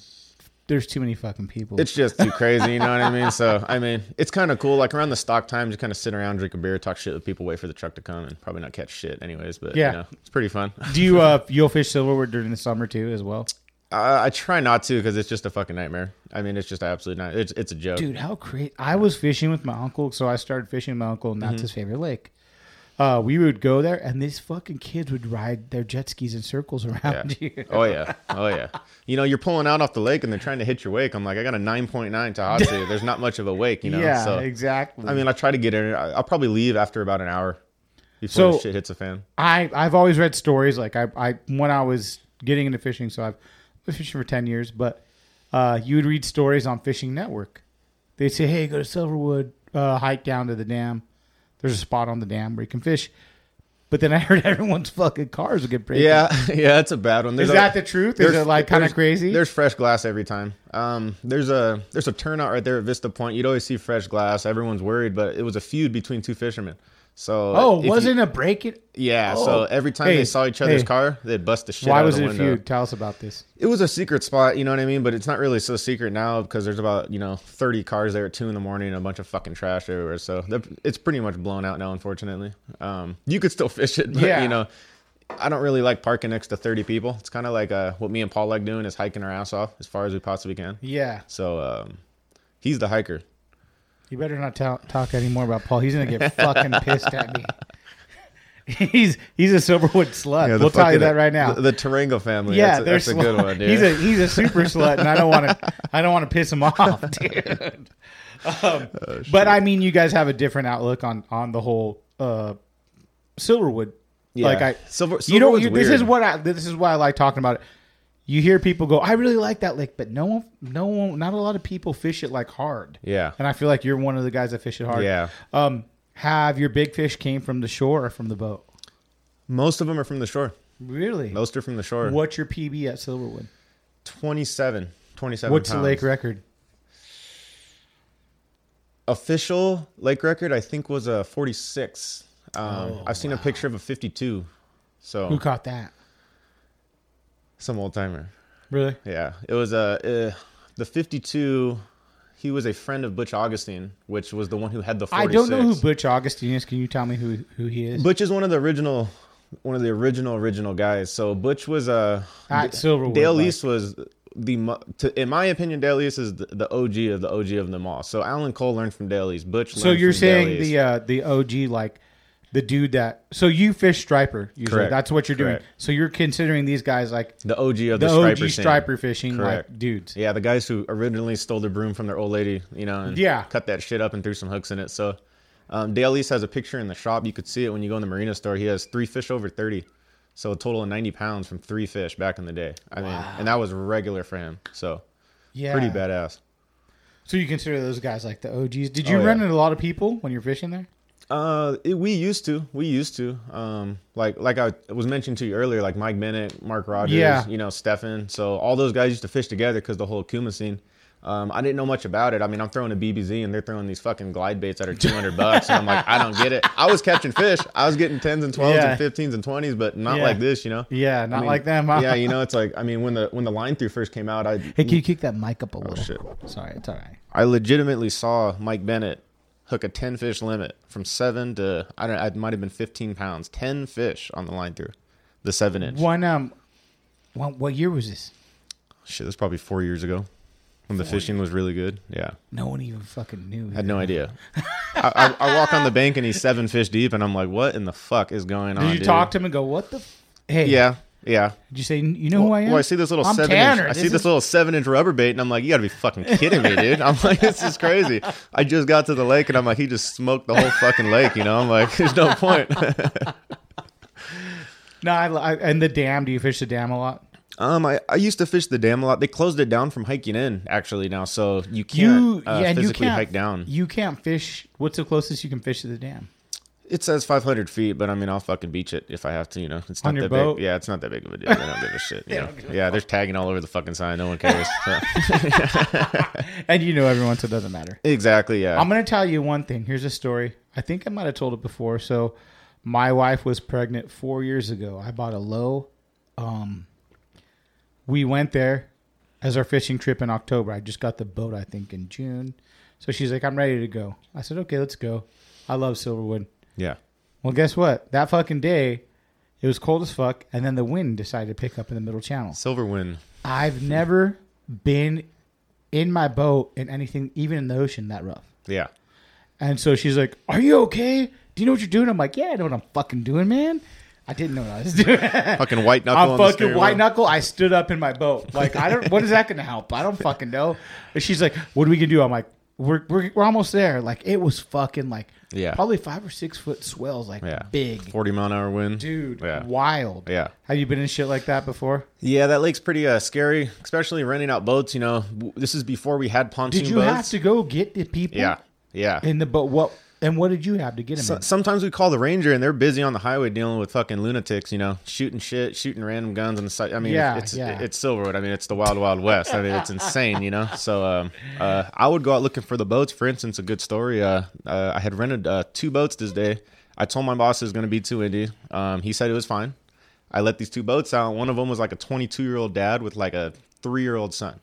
A: there's too many fucking people.
B: it's just too crazy, you know what I mean? So I mean, it's kind of cool. Like around the stock time, just kind of sit around, drink a beer, talk shit with people, wait for the truck to come, and probably not catch shit, anyways. But
A: Yeah.
B: you know, it's pretty fun.
A: Do you uh you'll fish silverwood during the summer too as well?
B: I, I try not to because it's just a fucking nightmare. I mean, it's just absolutely not. It's it's a joke.
A: Dude, how crazy! I was fishing with my uncle, so I started fishing with my uncle, and that's
B: Mm-hmm.
A: his favorite lake. Uh, we would go there, and these fucking kids would ride their jet skis in circles around you.
B: Oh yeah, oh yeah. You know, you're pulling out off the lake and they're trying to hit your wake. I'm like, I got a 9.9 Tahatsu. There's not much of a wake, you know.
A: yeah,
B: so
A: exactly.
B: I mean, I try to get in. I- I'll probably leave after about an hour
A: So-
B: before the shit hits a fan.
A: I I've always read stories like I I when I was getting into fishing, so I've been fishing for ten years, but uh, you would read stories on Fishing Network. They'd say, "Hey, go to Silverwood, uh, hike down to the dam. There's a spot on the dam where you can fish." But then I heard everyone's fucking cars would get broken.
B: Yeah, yeah, it's a bad one.
A: Is
B: a-
A: that the truth? Is
B: there's-
A: it like kind of
B: there's-
A: crazy?
B: There's fresh glass every time. Um, there's a there's a turnout right there at Vista Point. You'd always see fresh glass. Everyone's worried, but it was a feud between two fishermen. So
A: oh,
B: if you-
A: wasn't a break it?
B: yeah.
A: Oh.
B: So every time
A: Hey,
B: they saw each other's
A: hey.
B: car, they'd bust the shit.
A: Why
B: out
A: was
B: of
A: it
B: the
A: a
B: window.
A: feud? Tell us about this.
B: It was a secret spot, you know what I mean? But it's not really so secret now because there's about you know 30 cars there at two in the morning and a bunch of fucking trash everywhere. So the- it's pretty much blown out now, unfortunately. Um, you could still fish it, but
A: Yeah.
B: you know, I don't really like parking next to 30 people. It's kind of like uh, what me and Paul like doing is hiking our ass off as far as we possibly can.
A: Yeah,
B: So um, he's the hiker.
A: you better not ta- talk anymore about Paul. He's gonna get fucking pissed at me. He's he's a Silverwood slut. we'll tell you that right now.
B: The, the Tarango family.
A: yeah,
B: that's, a-
A: they're
B: that's a good
A: slut.
B: one, dude.
A: He's a he's a super slut, and I don't want to I don't want to piss him off, dude.
B: Oh,
A: Um, but I mean, you guys have a different outlook on on the whole uh, Silverwood.
B: Yeah.
A: Like I,
B: Silver-
A: you know,
B: Silverwood's
A: you, this
B: weird.
A: is what I this is why I like talking about it. You hear people go, "I really like that lake," but no one, no one, not a lot of people fish it like hard.
B: Yeah.
A: and I feel like you're one of the guys that fish it hard.
B: Yeah.
A: Um, have your big fish came from the shore or from the boat?
B: Most of them are from the shore.
A: Really?
B: Most are from the shore.
A: What's your PB at Silverwood?
B: 27. 27
A: What's the
B: pounds.
A: lake record?
B: official lake record I think was a 46. Um, I've seen a picture of a 52. So
A: Oh, Who caught that?
B: some old timer.
A: Really?
B: Yeah, it was a uh, the 52. He was a friend of Butch Augustine, which was the one who had the 46.
A: I don't know who Butch Augustine is. Can you tell me who, who he is?
B: Butch is one of the original, one of the original original guys. So Butch was a
A: At Silverwood,
B: Dale
A: like-
B: East was the, mo- to, in my opinion, Dale East is the, the OG of the OG of them all. So Alan Cole learned from Dale East. Butch.
A: so
B: learned
A: you're
B: from Dale
A: saying uh,
B: East.
A: the uh, the OG like the dude that so you fish striper usually
B: Correct.
A: that's what you're
B: Correct.
A: doing so you're considering these guys like
B: The OG of
A: the,
B: the,
A: OG
B: striper
A: striper,
B: scene.
A: fishing like
B: Correct.
A: dudes
B: Yeah, the guys who originally stole the broom from their old lady, you know, and
A: Yeah.
B: cut that shit up and threw some hooks in it. So um, Dale East has a picture in the shop. You could see it when you go in the marina store. He has three fish over 30. So a total of 90 pounds from three fish back in the day. I mean, and that was regular for him. So
A: yeah
B: pretty badass.
A: so you consider those guys like the OGs did you
B: Oh, yeah.
A: run into a lot of people when you're fishing there
B: Uh, it, we used to, we used to, um, like, like I was mentioned to you earlier, like Mike Bennett, Mark Rogers,
A: Yeah.
B: you know, Stefan. So all those guys used to fish together because the whole Kuma scene. Um, I didn't know much about it. I mean, I'm throwing a BBZ and they're throwing these fucking glide baits that are 200 bucks. And I'm like, I don't get it. I was catching fish. I was getting 10s and 12s
A: Yeah.
B: and 15s and 20s, but not
A: Yeah.
B: like this, you know?
A: Yeah,
B: I
A: not
B: mean,
A: like them.
B: yeah. You know, it's like, I mean, when the, when the line through first came out, I,
A: hey can you kick that mic up a little
B: Oh, shit.
A: sorry it's all right
B: I legitimately saw Mike Bennett hook a 10 fish limit from seven to, I don't know, it might have been 15 pounds, 10 fish on the line through the seven inch.
A: one um one, what year was this
B: Shit, that's probably four years ago when the fishing was really good. Yeah.
A: no one even fucking knew
B: Had no idea. I, I, I walk on the bank and he's seven fish deep, and I'm like, what in the fuck is going on?
A: did you
B: dude?
A: talk to him and go what the f-? hey
B: Yeah. Yeah.
A: did you say you know who I am
B: Well, I see this little
A: I'm
B: seven.
A: Tanner.
B: inch, I see
A: This
B: this
A: is-
B: little seven inch rubber bait, and I'm like, you got to be fucking kidding me, dude. I'm like, this is crazy. I just got to the lake, and I'm like, he just smoked the whole fucking lake. You know, I'm like, there's no point.
A: no I, I and the dam do you fish the dam a lot
B: um, I, I used to fish the dam a lot. They closed it down from hiking in actually now, so you
A: you
B: can't uh,
A: yeah, and you
B: physically
A: can't
B: hike down.
A: You can't fish. What's the closest you can fish to the dam?
B: it says 500 feet, but I mean, I'll fucking beach it if I have to. You know, it's not
A: On your
B: that
A: boat?
B: big. Yeah, it's not that big of a deal. They don't give a shit. You know? Yeah, there's tagging all over the fucking sign. No one cares.
A: And you know, everyone, so it doesn't matter.
B: exactly. Yeah.
A: I'm gonna tell you one thing. Here's a story. I think I might have told it before. So, my wife was pregnant four years ago. I bought a low. Um, we went there as our fishing trip in October. I just got the boat, I think, in June. So she's like, "I'm ready to go." I said, "Okay, let's go." I love Silverwood.
B: yeah.
A: Well, guess what? That fucking day, it was cold as fuck, and then the wind decided to pick up in the middle channel.
B: Silverwind.
A: I've never been in my boat in anything, even in the ocean, that rough.
B: Yeah.
A: And so she's like, "Are you okay? Do you know what you're doing?" I'm like, "Yeah, I know what I'm fucking doing, man." I didn't know what I was doing.
B: Fucking white knuckle.
A: Eh. I'm
B: on the
A: fucking
B: steering
A: white
B: wheel.
A: knuckle. I stood up in my boat. Like, I don't. what is that going to help? I don't fucking know. And she's like, "What are we gonna do?" I'm like, "We're we're, we're almost there." Like, it was fucking like,
B: Yeah.
A: probably five or six foot swells, like
B: Yeah.
A: big,
B: 40 mile an hour wind.
A: dude,
B: Yeah.
A: wild.
B: Yeah.
A: Have you been in shit like that before?
B: Yeah, that lake's pretty uh, scary, especially renting out boats. You know, W- this is before we had pontoon
A: Did you
B: boats.
A: have to go get the people?
B: Yeah. Yeah.
A: In the boat, what and what did you have to get him?
B: So-
A: in?
B: sometimes we call the ranger and they're busy on the highway dealing with fucking lunatics, you know, shooting shit, shooting random guns on the side. I mean,
A: Yeah,
B: it's
A: yeah.
B: it's Silverwood. I mean, it's the wild wild west. I mean, it's insane, you know. So um, uh, I would go out looking for the boats. For instance, a good story. Uh, uh, I had rented uh, two boats this day. I told my boss it was going to be too windy. Um, he said it was fine. I let these two boats out. One of them was like a 22 year old dad with like a three year old son.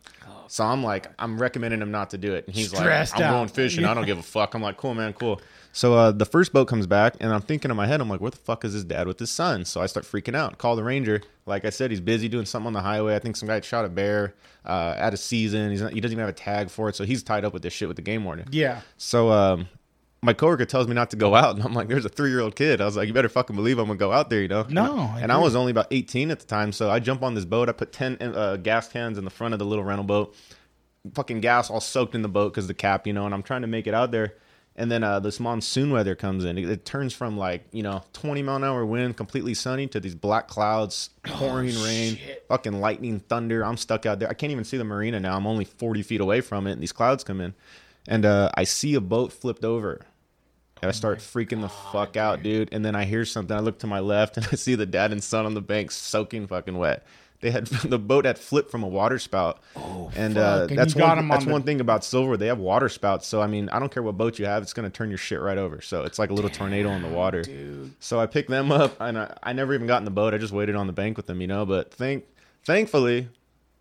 B: So I'm like, I'm recommending him not to do it. And he's
A: Oh, Stressed
B: like, I'm
A: out.
B: going fishing. I don't give a fuck. I'm like, cool, man, cool. So uh, the first boat comes back, and I'm thinking in my head, I'm like, where the fuck is his dad with his son? So I start freaking out. Call the ranger. Like I said, he's busy doing something on the highway. I think some guy shot a bear uh, out of season. He's not, he doesn't even have a tag for it, so he's tied up with this shit with the game warden.
A: yeah.
B: So um, my coworker tells me not to go out, and I'm like, "There's a three year old kid." I was like, "You better fucking believe I'm gonna go out there," you know?
A: No,
B: And, I-
A: I
B: and I
A: agree.
B: was only about 18 at the time, so I jump on this boat. I put 10 uh, gas cans in the front of the little rental boat, fucking gas all soaked in the boat because the cap, you know. And I'm trying to make it out there, and then uh, this monsoon weather comes in. It, it turns from like you know 20 mile an hour wind, completely sunny, to these black clouds, pouring rain, fucking lightning, thunder. I'm stuck out there. I can't even see the marina now. I'm only 40 feet away from it, and these clouds come in, and uh, I see a boat flipped over. And I start freaking the fuck out, dude. And then I hear something. I look to my left and I see the dad and son on the bank soaking fucking wet. They had the boat had flipped from a water spout. Oh, and uh,
A: fuck. And
B: that's
A: you got
B: one.
A: 'em on
B: that's
A: the-
B: one thing about silver. They have water spouts. So I mean, I don't care what boat you have, it's gonna turn your shit right over. So it's like a little tornado in the water. So I picked them up, and I, I never even got in the boat. I just waited on the bank with them, you know. But thank, thankfully,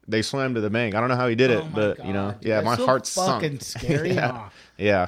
B: they swam to the bank. I don't know how he did it,
A: Oh my
B: but you know,
A: God, dude,
B: yeah,
A: that's
B: my
A: so
B: heart
A: fucking
B: sunk.
A: scary,
B: yeah.
A: huh?
B: yeah.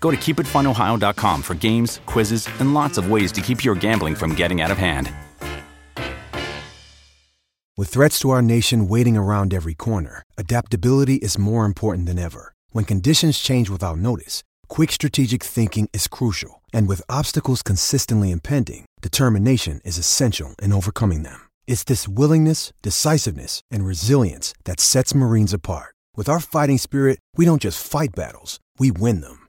C: Go to keepitfunohio.com for games, quizzes, and lots of ways to keep your gambling from getting out of hand.
D: With threats to our nation waiting around every corner, adaptability is more important than ever. When conditions change without notice, quick strategic thinking is crucial. And with obstacles consistently impending, determination is essential in overcoming them. It's this willingness, decisiveness, and resilience that sets Marines apart. With our fighting spirit, we don't just fight battles, we win them.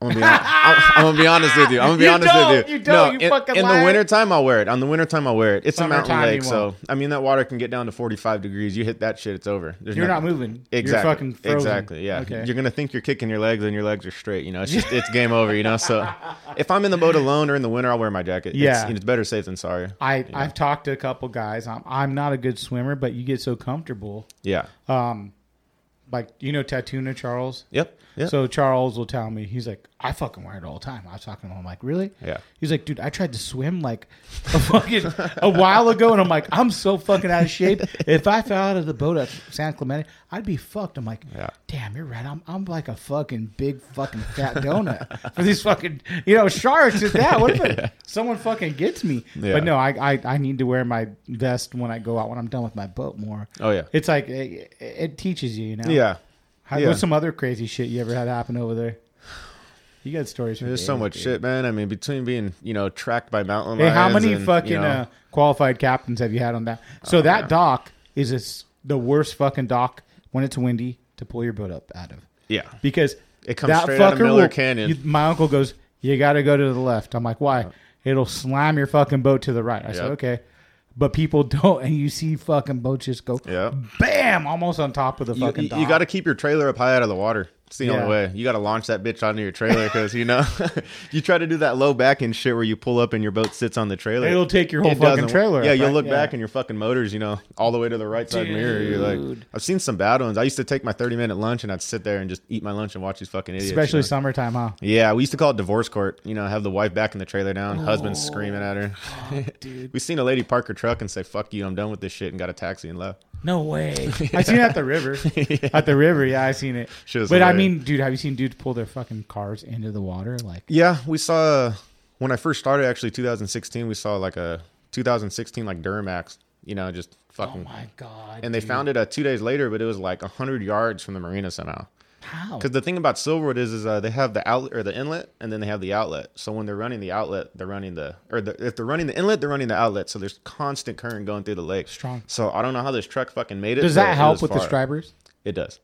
B: I'm gonna, be hon- I'm- I'm gonna be honest with you. I'm gonna be
A: You
B: honest
A: don't,
B: with you.
A: you don't, you
B: no, in,
A: fucking
B: in
A: liar.
B: the wintertime I'll wear it. On the wintertime I'll wear it. It's a mountain
A: Summertime,
B: lake,
A: you
B: so
A: won't.
B: I mean that water can get down to 45 degrees. You hit that shit, it's over. There's
A: You're not
B: nothing.
A: moving. You're
B: Exactly.
A: fucking frozen.
B: Exactly. Yeah.
A: Okay.
B: You're gonna think you're kicking your legs and your legs are straight. You know, it's just it's game over. You know, so if I'm in the boat alone or in the winter, I'll wear my jacket.
A: Yeah.
B: It's, it's better safe than sorry.
A: I I've talked to a couple guys. I'm I'm not a good swimmer, but you get so comfortable.
B: Yeah.
A: Uh, Like you know Tatuna Charles.
B: yep. Yep.
A: So Charles will tell me, he's like, I fucking wear it all the time. I was talking to him, I'm like, really?
B: Yeah.
A: He's like, dude, I tried to swim like a fucking a while ago, and I'm like, I'm so fucking out of shape. If I fell out of the boat at San Clemente, I'd be fucked. I'm like,
B: Yeah.
A: damn, you're right. I'm I'm like a fucking big fucking fat donut for these fucking you know sharks. Is that what if it- someone fucking gets me?
B: Yeah.
A: But no, I, I I need to wear my vest when I go out when I'm done with my boat more.
B: Oh, yeah.
A: it's like it, it teaches you, you know.
B: yeah.
A: How,
B: Yeah.
A: What's some other crazy shit you ever had happen over there? You got stories. For
B: There's
A: days,
B: so much
A: dude.
B: shit, man. I mean, between being you know tracked by mountain
A: Hey,
B: lions,
A: how many
B: and,
A: fucking
B: you know- Oh,
A: uh, qualified captains have you had on that? So that dock is it's the worst fucking dock when it's windy to pull your boat up out of
B: yeah,
A: because
B: It comes straight out of Miller Canyon. Oh.
A: you- my uncle goes, "You got to go to the left." I'm like, "Why?" It'll slam your fucking boat to the right. I said,
B: Yep.
A: "Okay." But people don't, and you see fucking boats just go,
B: Yep.
A: bam, almost on top of the
B: you,
A: fucking. dock.
B: got to keep your trailer up high out of the water. It's the
A: Yeah.
B: only way. You got to launch that bitch onto your trailer because you know you try to do that low back end shit where you pull up and your boat sits on the trailer.
A: It'll take your whole
B: It
A: fucking
B: doesn't-
A: trailer
B: Yeah,
A: up,
B: you'll
A: right?
B: look
A: Yeah.
B: back and your fucking motors, you know, all the way to the right side mirror. You're like, I've seen some bad ones. I used to take my 30 minute lunch and I'd sit there and just eat my lunch and watch these fucking idiots. you
A: especially
B: know?
A: summertime, huh?
B: Yeah, we used to call it divorce court. You know, have the wife back in the trailer down, husband
A: Oh,
B: screaming at her. we seen a lady park her truck and say, "Fuck you, I'm done with this shit," and got a taxi and left.
A: No way. I seen it at the river. At the river, yeah, I seen it.
B: Shit was
A: but I
B: hilarious.
A: mean, dude, have you seen dudes pull their fucking cars into the water? Like,
B: Yeah, we saw when I first started actually 2016. We saw like a 2016 like Duramax. You know, just
A: oh
B: fucking.
A: my god.
B: and they found it uh, two days later, but it was like hundred yards from the marina somehow.
A: how?
B: Because the thing about Silverwood is, is uh, they have the outlet or the inlet, and then they have the outlet. So when they're running the outlet, they're running the or the, if they're running the inlet, they're running the outlet. So there's constant current going through the lake.
A: Strong.
B: So I don't know how this truck fucking made it.
A: Does
B: but
A: that
B: it
A: help
B: was
A: with the
B: far.
A: stripers?
B: It does.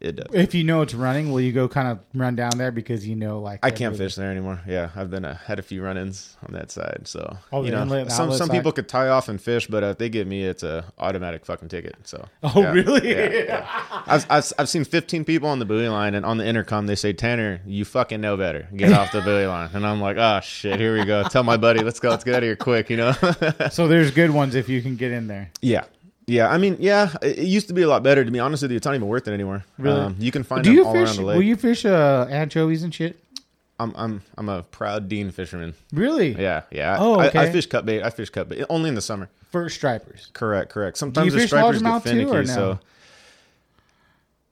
B: It does.
A: If you know it's running, will you go kind of run down there because you know like
B: I can't fish there anymore. Yeah, I've been uh, had a few run-ins on that side. So
A: Oh,
B: you
A: the inlet
B: know,
A: and
B: some
A: outlet
B: some
A: side.
B: people could tie off and fish, but uh, if they get me, it's a automatic fucking ticket. So
A: Oh
B: yeah.
A: really?
B: I've, I've I've seen 15 people on the buoy line, and on the intercom they say, Tanner, you fucking know better. Get off the buoy line, and I'm like, oh shit, here we go. Tell my buddy, let's go, let's get out of here quick, you know.
A: so there's good ones if you can get in there.
B: yeah. Yeah, I mean, yeah, it it used to be a lot better. To be honest with you, it's not even worth it anymore. Um,
A: Really?
B: you can find
A: Do
B: them
A: you
B: all
A: fish?
B: around the lake.
A: Will you fish uh, anchovies and shit?
B: I'm, I'm, I'm a proud dean fisherman.
A: Really?
B: Yeah, yeah.
A: Oh,
B: I-
A: okay.
B: I, fish cut bait. I fish cut bait only in the summer.
A: For stripers.
B: Correct, correct. Sometimes the
A: fish
B: stripers
A: largemouth
B: get
A: too,
B: finicky,
A: or no?
B: so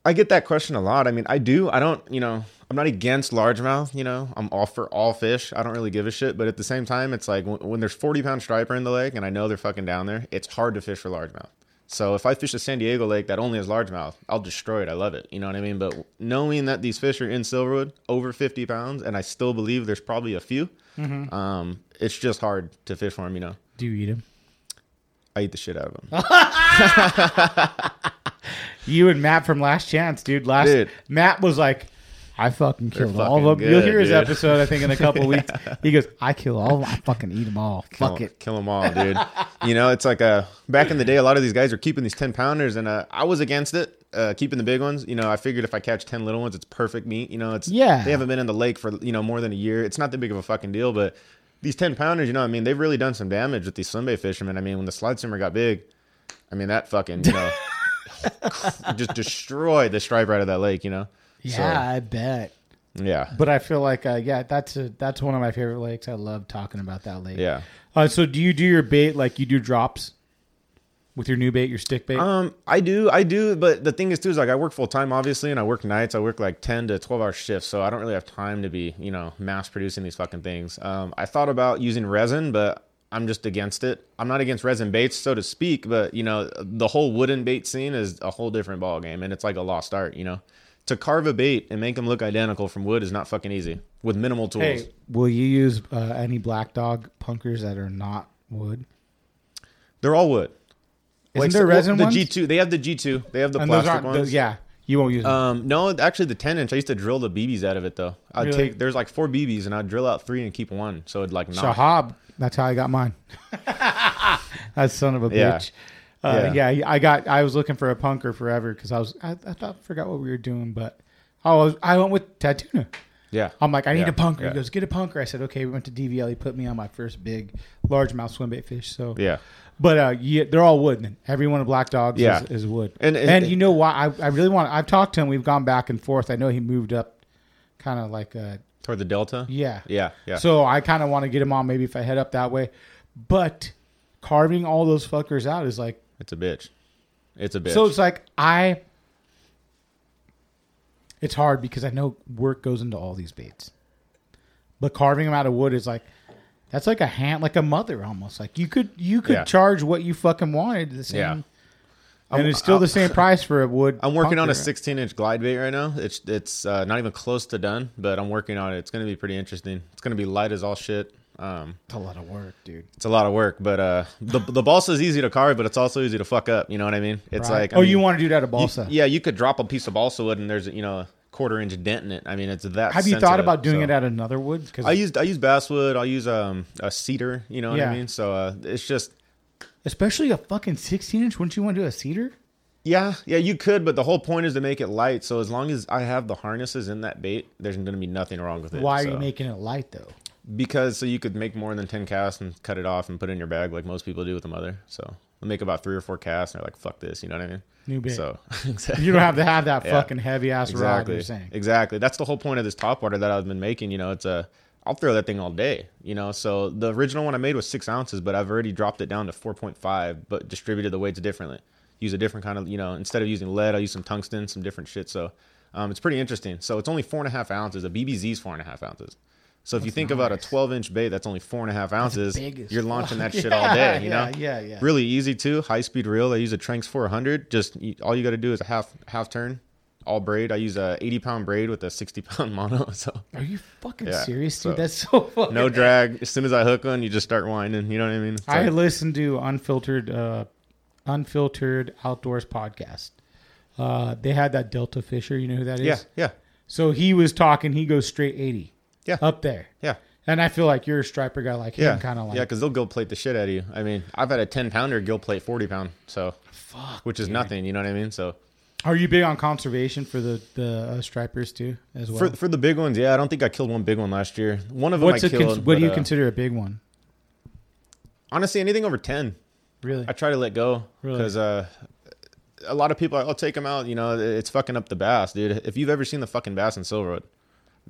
B: I get that question a lot. I mean, I do. I don't. You know, I'm not against largemouth. You know, I'm all for all fish. I don't really give a shit. But at the same time, it's like when, when there's 40 pound striper in the lake, and I know they're fucking down there. It's hard to fish for largemouth. So if I fish a San Diego lake that only has largemouth, I'll destroy it. I love it. You know what I mean? But knowing that these fish are in Silverwood over 50 pounds, and I still believe there's probably a few,
A: Mm-hmm.
B: um, it's just hard to fish for them. You know,
A: Do you eat them?
B: I eat the shit out of them.
A: You and Matt from Last Chance, dude. Last
B: Dude.
A: Matt was like, I fucking killed all of them.
B: fucking
A: You'll
B: good,
A: hear his
B: dude.
A: episode, I think, in a couple weeks. He goes, I kill all. of 'em. I fucking eat them all. Fuck
B: Oh, kill,
A: it.
B: them all, dude. you know, it's like uh back in the day, a lot of these guys are keeping these ten pounders, and uh, I was against it, uh, keeping the big ones. You know, I figured if I catch ten little ones, it's perfect meat. You know, it's
A: Yeah.
B: They haven't been in the lake for you know more than a year. It's not that big of a fucking deal, but these ten pounders, you know, what I mean, they've really done some damage with these Sunday fishermen. I mean, when the slide swimmer got big, I mean that fucking you know just destroyed the striper out of that lake. You know.
A: Yeah, I bet.
B: Yeah.
A: But I feel like, uh, yeah, that's a, that's one of my favorite lakes. I love talking about that lake.
B: Yeah.
A: Uh, so, do you do your bait like you do drops with your new bait, your stick bait?
B: Um, I do, I do, but the thing is too is like I work full time obviously, and I work nights. I work like ten to twelve hour shifts, so I don't really have time to be you know mass producing these fucking things. Um, I thought about using resin, but I'm just against it. I'm not against resin baits, so to speak, but you know the whole wooden bait scene is a whole different ball game, and it's like a lost art. You know, to carve a bait and make them look identical from wood is not fucking easy with minimal tools.
A: hey, will you use uh, any black dog punkers that are not wood?
B: They're all wood. oh,
A: Isn't there resin
B: the
A: ones?
B: G two? They have the G two. They have the
A: And those
B: plastic
A: aren't,
B: ones.
A: those, yeah, you won't use them.
B: Um, no, actually, the ten inch. I used to drill the BBs out of it though. I'd
A: Really?
B: take there's like four BBs, and I'd drill out three and keep one, so it'd like knock.
A: Shahab. That's how I got mine. that son of a
B: Yeah.
A: bitch. Uh, yeah.
B: Yeah.
A: I got. I was looking for a punker forever because I was. I, I thought forgot what we were doing, but oh, I was, I went with Tatuna.
B: yeah,
A: I'm like, I need
B: Yeah.
A: a punker.
B: Yeah.
A: He goes, get a punker. I said, okay. We went to DVL. He put me on my first big largemouth swimbait fish. So
B: Yeah.
A: but uh, yeah, they're all wood. Man. Every one of Black Dogs
B: Yeah.
A: is, is wood. And,
B: And-
A: and,
B: and-
A: you know why? I, I really want. I've talked to him. We've gone back and forth. I know he moved up, kind of like uh
B: toward the delta.
A: yeah.
B: yeah, yeah.
A: So I kind of want to get him on maybe if I head up that way. But carving all those fuckers out is like
B: it's a bitch. It's a bitch.
A: so it's like I it's hard because I know work goes into all these baits. But carving them out of wood is like that's like a hand like a mother almost. Like you could you could
B: Yeah.
A: charge what you fucking wanted the same
B: Yeah.
A: and it's still the same price for a wood.
B: I'm working on a
A: bunker.
B: 16 inch glide bait right now. It's it's uh, not even close to done, but I'm working on it. It's gonna be pretty interesting. It's gonna be light as all shit. Um,
A: It's a lot of work, dude.
B: it's a lot of work, but uh, the the balsa is easy to carve, but it's also easy to fuck up. You know what I mean? It's
A: Right?
B: like I
A: oh,
B: mean,
A: you want to do that at
B: you-
A: balsa?
B: yeah, you could drop a piece of balsa wood and there's you know a quarter inch dent in it. I mean, it's that.
A: Have you thought
B: sensitive,
A: about doing
B: so.
A: it at another wood? Because
B: I used I use basswood. I use um a cedar. You know what
A: Yeah.
B: I mean. So uh, it's just
A: especially a fucking 16 inch. Wouldn't you want to do a cedar?
B: yeah yeah you could, but the whole point is to make it light. So as long as I have the harnesses in that bait, there's going to be nothing wrong with it.
A: Why are
B: so.
A: you making it light though?
B: Because so you could make more than ten casts and cut it off and put it in your bag like most people do with a mother. So I make about three or four casts and they're like fuck this. You know what I mean?
A: New bait.
B: So exactly.
A: You don't have to have that
B: Yeah.
A: fucking heavy ass rod.
B: exactly
A: You're saying
B: exactly that's the whole point of this top water that i've been making you know it's a i'll throw that thing all day you know so the original one i made was six ounces but i've already dropped it down to 4.5 but distributed the weights differently use a different kind of you know instead of using lead i use some tungsten some different shit so um, it's pretty interesting so it's only four and a half ounces a bbz's four and a half ounces so if you think about a 12 inch bait that's only four and a half ounces
A: big as
B: you're launching
A: fuck.
B: that shit
A: Yeah,
B: all day you
A: yeah,
B: know
A: yeah, yeah.
B: really easy too. High speed reel. I use a Tranks 400. Just you- all you got to do is a half half turn, all braid. I use a 80 pound braid with a 60 pound mono. So
A: Are you fucking
B: Yeah,
A: serious, dude?
B: so-
A: That's so fucking.
B: no drag. As soon as I hook one, you just start winding. You know what I mean? It's
A: I
B: like-
A: listened to unfiltered, uh, unfiltered outdoors podcast. Uh, they had that Delta Fisher. You know who that is?
B: yeah, yeah,
A: So he was talking. He goes straight 80.
B: Yeah.
A: Up there.
B: yeah.
A: And I feel like you're a striper guy like him,
B: Yeah,
A: kind of like.
B: yeah, because they'll gill plate the shit out of you. I mean, I've had a ten pounder gill plate forty pound, so fuck, which is nothing. You know what I mean? So
A: Are you big on conservation for the the uh, stripers too, as well?
B: for for the big ones, yeah, I don't think I killed one big one last year. One of them
A: What's
B: I
A: a
B: killed.
A: cons- what
B: but,
A: do you
B: uh,
A: consider a big one?
B: Honestly, anything over ten,
A: Really?
B: I try to let go
A: Really?
B: because uh, a lot of people are, I'll take them out. You know, it's fucking up the bass, dude. If you've ever seen the fucking bass in Silverwood,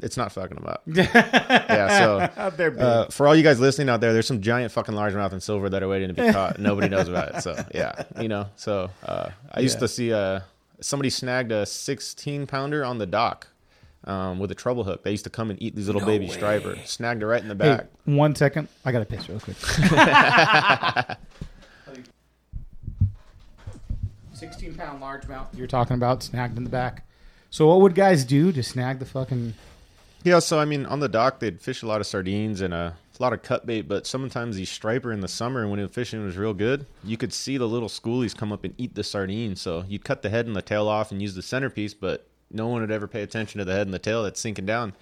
B: it's not fucking them up. yeah. So uh, for all you guys listening out there, there's some giant fucking largemouth in silver that are waiting to be caught. Nobody knows about it. So yeah, you know. So uh, I used to see uh, somebody snagged a 16 pounder on the dock. Um, with a treble hook, they used to come and eat these little baby striper. Snagged it right in the
A: Hey,
B: back.
A: one second. I got to piss real quick. 16 pound largemouth you're talking about snagged in the back. So, what would guys do to snag the fucking.
B: Yeah, so I mean, on the dock, they'd fish a lot of sardines and uh, a lot of cut bait, but sometimes the striper in the summer, when the fishing was real good, you could see the little schoolies come up and eat the sardines. So you'd cut the head and the tail off and use the centerpiece, but no one would ever pay attention to the head and the tail that's sinking down.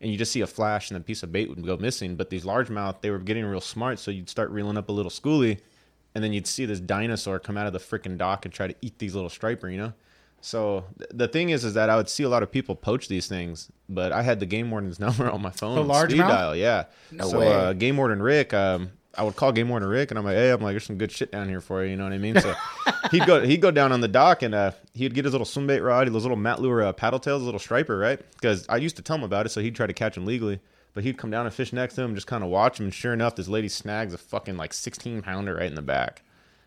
B: And you just see a flash and the piece of bait would go missing. But these largemouth, they were getting real smart, so you'd start reeling up a little schoolie, and then you'd see this dinosaur come out of the freaking dock and try to eat these little striper, you know? So th- the thing is, is that I would see a lot of people poach these things, but I had the game warden's number on my phone,
A: The
B: on
A: largemouth?
B: speed dial, yeah. No so,
A: way.
B: Uh, game warden Rick, um, I would call Game Warner Rick, and I'm like, hey, I'm like, there's some good shit down here for you. You know what I mean? So he'd go he'd go down on the dock, and uh, he'd get his little swim bait rod, his little mat lure uh, paddle tails, his little striper, right? Because I used to tell him about it, so he'd try to catch him legally. But he'd come down and fish next to him, just kind of watch him, and sure enough, this lady snags a fucking like 16 pounder right in the back.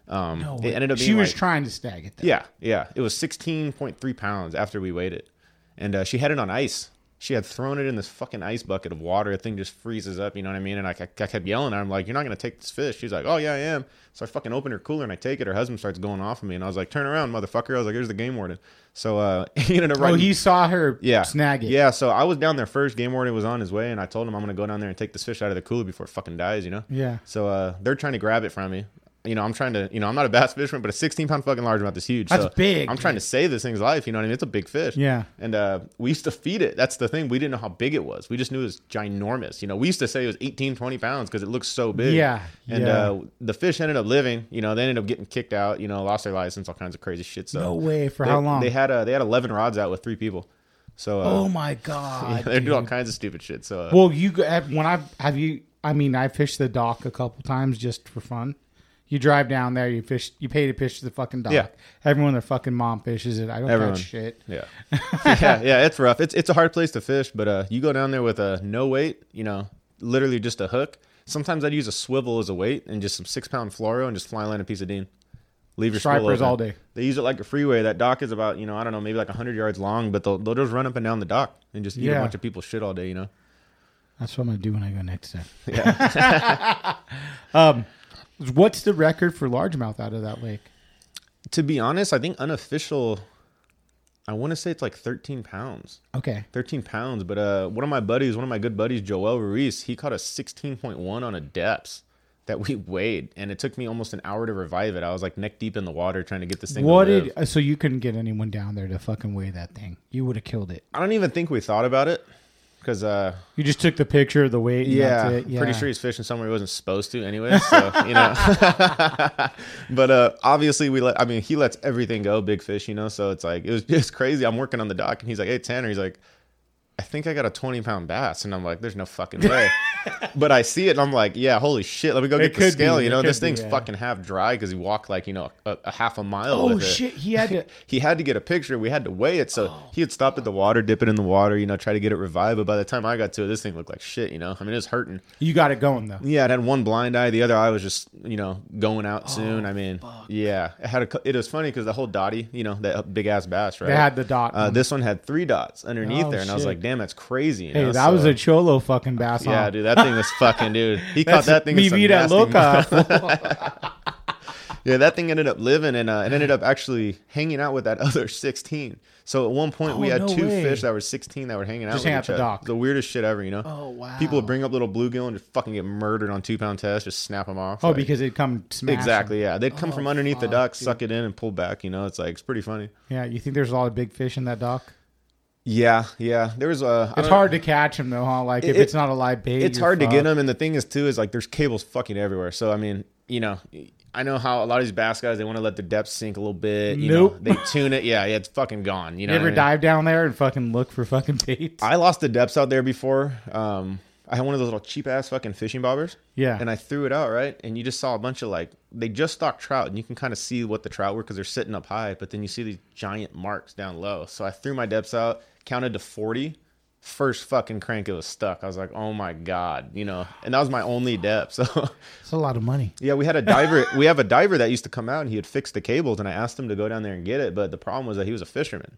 B: Um, it ended up
A: she
B: being,
A: was
B: like-
A: trying to snag it. Though.
B: yeah, yeah. It was 16.3 pounds after we weighed it. And uh, she had it on ice. She had thrown it in this fucking ice bucket of water. The thing just freezes up, you know what I mean? And I, I kept yelling at her. I'm like, you're not going to take this fish. She's like, oh, yeah, I am. So I fucking open her cooler and I take it. Her husband starts going off on me. And I was like, turn around, motherfucker. I was like, here's the game warden. So uh, he ended up
A: Oh,
B: writing-
A: he saw her
B: yeah.
A: snag it.
B: Yeah, so I was down there first. Game warden was on his way, and I told him I'm gonna go down there and take this fish out of the cooler before it fucking dies. You know.
A: Yeah.
B: So uh, they're trying to grab it from me. You know, I'm trying to. You know, I'm not a bass fisherman, but a 16 pound fucking largemouth is huge.
A: That's
B: so
A: big,
B: I'm trying to save this thing's life. You know what I mean? It's a big fish.
A: Yeah.
B: And uh, we used to feed it. That's the thing. We didn't know how big it was. We just knew it was ginormous. You know, we used to say it was 18, 20 pounds because it looked so big.
A: Yeah,
B: And
A: yeah.
B: Uh, the fish ended up living. You know, they ended up getting kicked out. You know, lost their license, all kinds of crazy shit. So
A: No way. For
B: they-
A: how long?
B: They had uh, they had 11 rods out with three people. So uh,
A: oh my
B: yeah,
A: god.
B: they do all kinds of stupid shit. So uh,
A: Well, you go- have- when I have you. I mean, I fished the dock a couple times just for fun. You drive down there, you fish, you pay to fish to the fucking dock.
B: Yeah.
A: Everyone, their fucking mom fishes it. I don't
B: Everyone.
A: catch shit.
B: yeah, yeah, yeah, it's rough. It's it's a hard place to fish, but uh, you go down there with a no weight, you know, literally just a hook. Sometimes I'd use a swivel as a weight and just some six pound fluoro and just fly line a piece of dean. Leave your school
A: Stripers
B: open.
A: all day.
B: They use it like a freeway. That dock is about you know I don't know maybe like hundred yards long, but they'll they'll just run up and down the dock and just eat
A: Yeah.
B: a bunch of people's shit all day. You know,
A: That's what I'm gonna do when I go next time. Yeah. um, what's the record for largemouth out of that lake?
B: to be honest, I think unofficial. I want to say it's like thirteen pounds.
A: Okay.
B: 13 pounds, but uh, one of my buddies, one of my good buddies, Joel Ruiz, he caught a 16.1 on a depths that we weighed, and it took me almost an hour to revive it. I was like neck deep in the water trying to get this thing.
A: What
B: to live.
A: did uh, so you couldn't get anyone down there to fucking weigh that thing? You would have killed it.
B: I don't even think we thought about it because uh,
A: You just took the picture of the weight. And
B: yeah,
A: that's it. yeah.
B: pretty sure he's fishing somewhere he wasn't supposed to anyway. So you know, but uh, obviously we let. I mean, he lets everything go, big fish, you know. So it's like it was just crazy. I'm working on the dock, and he's like, "Hey Tanner," he's like, "I think I got a 20 pound bass," and I'm like, "There's no fucking way." but I see it, and I'm like, "Yeah, holy shit, let me go get
A: could
B: the
A: be,
B: scale."
A: it
B: you know,
A: could
B: this
A: be,
B: thing's
A: yeah.
B: fucking half dry because he walked like you know a, a half a mile.
A: Oh
B: with it
A: shit! Oh, He had to.
B: he had to get a picture. We had to weigh it. So he had stopped at the water, dip it in the water, you know, try to get it revived. But by the time I got to it, this thing looked like shit, you know? I mean, it was hurting.
A: You got it going though.
B: Yeah, it had one blind eye. The other eye was just, you know, going
A: Oh,
B: out soon. I mean, yeah. It had a, cou- it was funny because the whole dotty, you know, that big ass bass, right?
A: had the dot
B: Uh,
A: on
B: this one had three dots underneath
A: Oh,
B: there. And I was
A: shit.
B: like, damn, that's crazy. you
A: Hey,
B: know?
A: that was
B: So-
A: a cholo fucking bass.
B: Yeah,
A: huh?
B: dude, that thing was fucking, dude. He caught
A: That's
B: that thing. in
A: Mi
B: some
A: vida
B: nasty-
A: loca.
B: Yeah, that thing ended up living and uh, it ended up actually hanging out with that other 16. So at one point, we
A: Oh,
B: had
A: no
B: two
A: way.
B: fish that were 16 that were hanging out
A: Just
B: with
A: hang out
B: each
A: the
B: other.
A: dock.
B: The weirdest shit ever, you know?
A: Oh, wow.
B: People would bring up little bluegill and just fucking get murdered on two pound tests, just snap them off.
A: oh,
B: Like,
A: because it come smash.
B: Exactly, yeah. They'd come
A: Oh,
B: from underneath the dock, suck it in, and pull back, you know? It's like, it's pretty funny.
A: Yeah, you think there's a lot of big fish in that dock?
B: Yeah, yeah. There was a.
A: It's hard to catch them though, huh? Like if
B: It-
A: it's not a live bait,
B: it's
A: you're
B: hard to get
A: fucked.
B: them and the thing is too is like there's cables fucking everywhere so i mean you know i know how a lot of these bass guys they want to let the depth sink a little bit you
A: Nope.
B: know they tune it yeah, yeah it's fucking gone you know
A: You ever
B: what I mean?
A: dive down there and fucking look for fucking bait?
B: i lost the depths out there before um I had one of those little cheap ass fucking fishing bobbers.
A: Yeah.
B: And I threw it out, right? And you just saw a bunch of like, they just stocked trout and you can kind of see what the trout were because they're sitting up high, but then you see these giant marks down low. So I threw my depths out, counted to 40, first fucking crank it was stuck. I was like, oh my god, you know, and that was my only depth. So
A: It's a lot of money.
B: yeah, we had a diver. we have a diver that used to come out and he had fixed the cables, and I asked him to go down there and get it, but the problem was that he was a fisherman,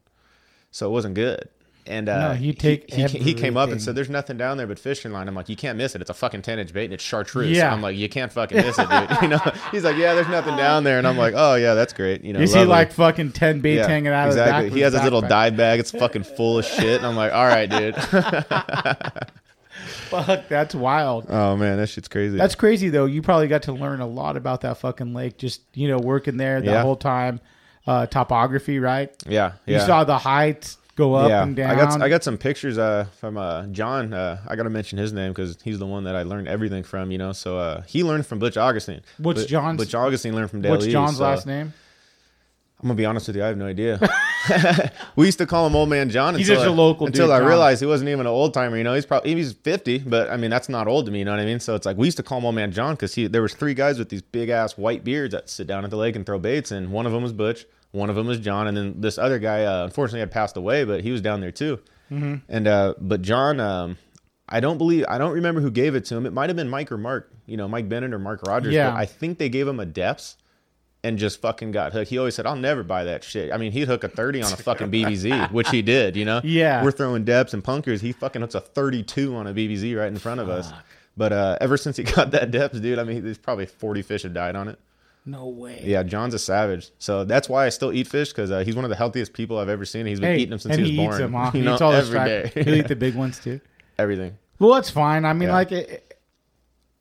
B: so it wasn't good. And uh,
A: No, you take
B: he, he, he came up
A: everything.
B: and said, "There's nothing down there but fishing line." I'm like, "You can't miss it. It's a fucking ten inch bait and it's chartreuse."
A: Yeah.
B: I'm like, "You can't fucking miss it, dude." You know? He's like, "Yeah, there's nothing down there," and I'm like, "Oh yeah, that's great." You know,
A: You see
B: lovely."
A: like fucking ten baits
B: Yeah,
A: hanging out
B: exactly.
A: of the
B: He has his little dive bag. It's fucking full of shit, and I'm like, "All right, dude."
A: Fuck, that's wild.
B: oh man, that shit's crazy.
A: That's crazy though. You probably got to learn a lot about that fucking lake just you know working there the
B: Yeah.
A: whole time. Uh, topography, right?
B: yeah, yeah.
A: You saw the heights go up and down.
B: I got I got some pictures uh, from uh, John. Uh, I got to mention his name because he's the one that I learned everything from. You know, so uh, he learned from Butch Augustine.
A: What's
B: But-
A: John's-
B: Butch Augustine learned from Dale
A: What's
B: East,
A: John's
B: so-
A: last name?
B: I'm gonna be honest with you. I have no idea. we used to call him Old Man John.
A: He's
B: until
A: just
B: I-
A: a local
B: Until
A: dude,
B: I
A: John.
B: realized he wasn't even an old timer. You know, he's probably he's fifty, but I mean that's not old to me. You know what I mean? So it's like we used to call him Old Man John because he there was three guys with these big ass white beards that sit down at the lake and throw baits, and one of them was Butch, one of them was John, and then this other guy uh, unfortunately had passed away, but he was down there too.
A: Mm-hmm.
B: And uh, but John, um, I don't believe I don't remember who gave it to him. It might have been Mike or Mark, you know, Mike Bennett or Mark Rogers.
A: Yeah.
B: But I think they gave him a depths and just fucking got hooked. He always said, "I'll never buy that shit." I mean, he'd hook a thirty on a fucking BBZ, which he did. You know,
A: Yeah.
B: We're throwing depths and punkers. He fucking hooks a thirty-two on a BBZ right in front of us. But uh, ever since he got that depth, dude, I mean, there's probably forty fish have died on it.
A: No way.
B: Yeah, John's a savage, so that's why I still eat fish because uh, he's one of the healthiest people I've ever seen. He's been
A: Hey,
B: eating them since
A: and
B: he was
A: he
B: born.
A: eats them. Huh?
B: You
A: he
B: know,
A: eats all
B: every
A: the
B: day.
A: stripes. He'll eat the big ones too.
B: everything.
A: Well, that's fine. I mean,
B: Yeah.
A: like it,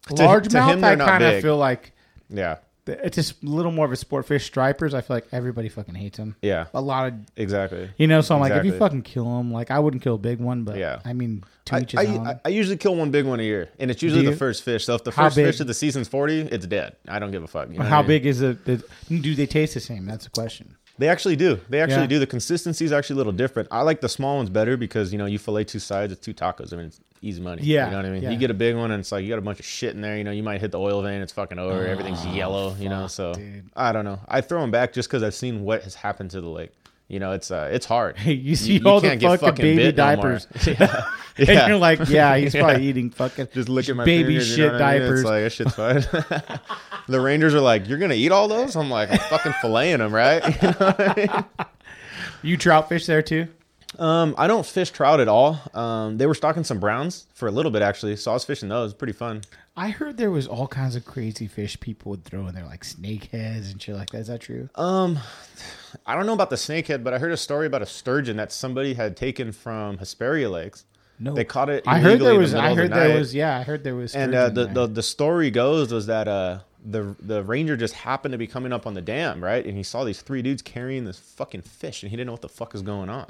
B: to
A: largemouth,
B: him,
A: I
B: they're not
A: kind of
B: big.
A: feel like
B: Yeah,
A: th- it's just a little more of a sport fish. Stripers, I feel like everybody fucking hates them.
B: Yeah.
A: a lot of
B: exactly.
A: you know. So I'm like, if you
B: Exactly.
A: fucking kill them, like I wouldn't kill a big one, but
B: Yeah.
A: I mean, to
B: I,
A: each his own.
B: I, I usually kill one big one a year, and it's usually
A: Do
B: the
A: you?
B: first fish. So if the
A: How
B: first fish
A: big?
B: of the season's forty, it's dead. I don't give a fuck. you know
A: How
B: what I mean?
A: big is it? is- Do they taste the same? That's the question.
B: They actually do. They actually
A: Yeah.
B: do. The consistency is actually a little different. I like the small ones better because you know you fillet two sides with two tacos. I mean, it's easy money.
A: Yeah,
B: you know what I mean.
A: yeah.
B: You get a big one, and it's like you got a bunch of shit in there. You know, you might hit the oil vein. It's fucking
A: Oh,
B: over. Everything's yellow. you know, so I don't know. I throw them back just because I've seen what has happened to the lake. You know, it's uh, it's hard.
A: Hey, you see all the fucking baby
B: bit no more.
A: diapers.
B: yeah.
A: And
B: Yeah.
A: you're like, yeah, he's probably eating fucking
B: just look at my
A: baby
B: fingers,
A: shit
B: you know what I mean?
A: diapers.
B: It's like that shit's fine. the Rangers are like, you're gonna eat all those? I'm like, I'm fucking filleting them, right? You know?
A: you trout fish there too?
B: Um, I don't fish trout at all. Um, they were stocking some browns for a little bit actually, so I was fishing those. Pretty fun.
A: I heard there was all kinds of crazy fish people would throw in there, like snake heads and shit like that. Is that true?
B: Uh, I don't know about the snakehead, but I heard a story about a sturgeon that somebody had taken from Hesperia Lakes.
A: no,
B: they caught it.
A: I heard
B: illegally
A: there
B: in the
A: was.
B: middle
A: I
B: of the
A: heard there
B: night.
A: was. Yeah, I heard there was.
B: And uh,
A: sturgeon
B: the,
A: there.
B: the the story goes was that uh, the the ranger just happened to be coming up on the dam, right? And he saw these three dudes carrying this fucking fish, and he didn't know what the fuck is going on.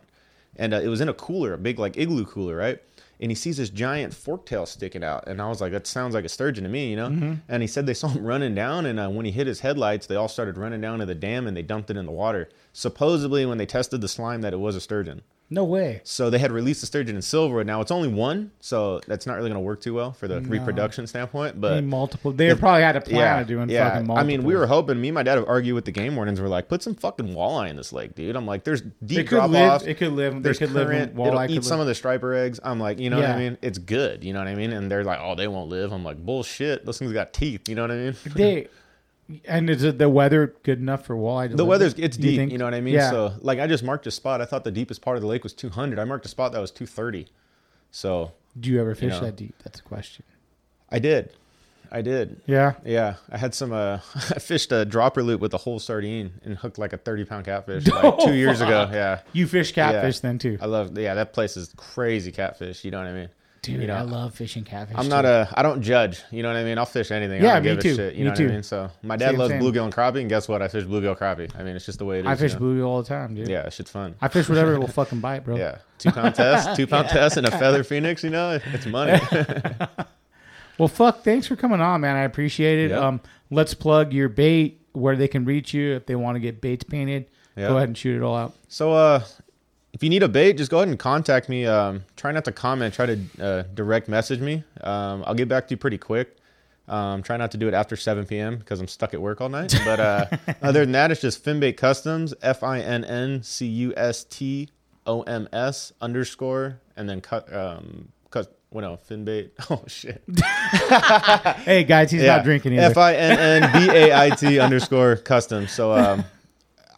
B: And uh, it was in a cooler, a big like igloo cooler, right? And he sees this giant forktail sticking out, and I was like, that sounds like a sturgeon to me, you know? And he said they saw him running down, and uh, when he hit his headlights, they all started running down to the dam, and they dumped it in the water. Supposedly, when they tested the slime, that it was a sturgeon.
A: no way.
B: So they had released the sturgeon and silver, and now it's only one, so that's not really going to work too well for the reproduction standpoint.
A: I
B: But
A: mean, multiple. They probably had a plan
B: yeah,
A: of doing
B: yeah.
A: fucking
B: I
A: multiple.
B: mean, we were hoping. Me and my dad have argued with the game wardens. We're like, put some fucking walleye in this lake, dude. I'm like, there's deep
A: It could
B: drop
A: live-
B: offs.
A: it could live- they
B: There's
A: could live
B: current.
A: on-
B: it'll
A: walleye
B: eat
A: could
B: some
A: live-
B: of the striper eggs. I'm like, you know what I
A: Yeah.
B: mean? It's good. You know what I mean? And they're like, oh, they won't live. I'm like, bullshit. Those things got teeth. You know what I mean?
A: They and is it the weather good enough for walleye? to
B: the
A: live
B: weather's
A: in?
B: it's
A: Do
B: deep. You,
A: think?
B: know what I mean?
A: Yeah.
B: So like, I just marked a spot. I thought the deepest part of the lake was 200. I marked a spot that was 230. So
A: do you ever fish
B: know.
A: that deep? That's a question.
B: I did. I did.
A: Yeah.
B: Yeah. I had some, uh, I fished a dropper loop with a whole sardine and hooked like a 30 pound catfish like two years ago. Yeah.
A: Oh, You fish catfish
B: Yeah. Uh,
A: then too,
B: I love, yeah, that place is crazy catfish. You know what I mean?
A: dude.
B: you know,
A: I love fishing catfish.
B: I'm not a, I don't judge. You know what I mean? I'll fish anything.
A: Yeah,
B: I don't
A: me
B: give
A: too.
B: a shit. You
A: Me
B: know
A: too.
B: what I mean? So my dad
A: Same,
B: loves
A: same.
B: bluegill and crappie. And guess what? I fish bluegill crappie. I mean, it's just the way it is.
A: I fish
B: you know?
A: bluegill all the time, dude.
B: Yeah. It's shit fun.
A: I fish whatever will fucking bite, bro.
B: yeah. Two pound test, two pound test and a feather phoenix, you know, it's money.
A: Well, fuck. Thanks for coming on, man. I appreciate it.
B: Yeah.
A: Um, let's plug your bait where they can reach you if they want to get baits painted.
B: Yeah.
A: Go ahead and shoot it all out.
B: So, uh, if you need a bait, just go ahead and contact me. Um, try not to comment. Try to uh, direct message me. Um, I'll get back to you pretty quick. Um, try not to do it after 7 p.m. because I'm stuck at work all night. But uh, other than that, it's just Finbait Customs, F I N N C U S T O M S underscore, and then cut. Um, cut. Well, no, Finbait. Oh shit.
A: Hey guys, he's
B: Yeah.
A: not drinking either.
B: F I N N B A I T underscore custom. So um,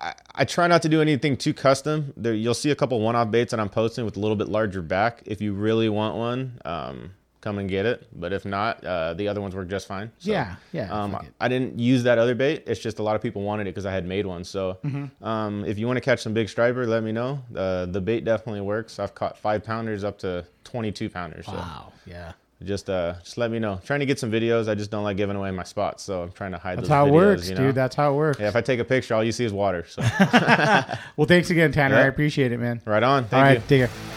B: I, I try not to do anything too custom. There, you'll see a couple one off baits that I'm posting with a little bit larger back. If you really want one, um, come and get it. But if not, uh, the other ones work just fine. So,
A: Yeah, yeah,
B: Um,
A: fuck it.
B: I didn't use that other bait. It's just a lot of people wanted it because I had made one. So
A: Mm-hmm.
B: um, if you want to catch some big striper, let me know. Uh, the bait definitely works. I've caught five pounders up to 22 pounders. So
A: wow. Yeah.
B: just uh just let me know trying to get some videos i just don't like giving away my spots so i'm trying to hide
A: That's
B: those
A: how it
B: videos,
A: works,
B: you know?
A: dude. That's how it works.
B: yeah if i take a picture all you see is water so
A: Well, thanks again, Tanner.
B: Yeah.
A: I appreciate it, man.
B: right on thank
A: all right,
B: you
A: take care.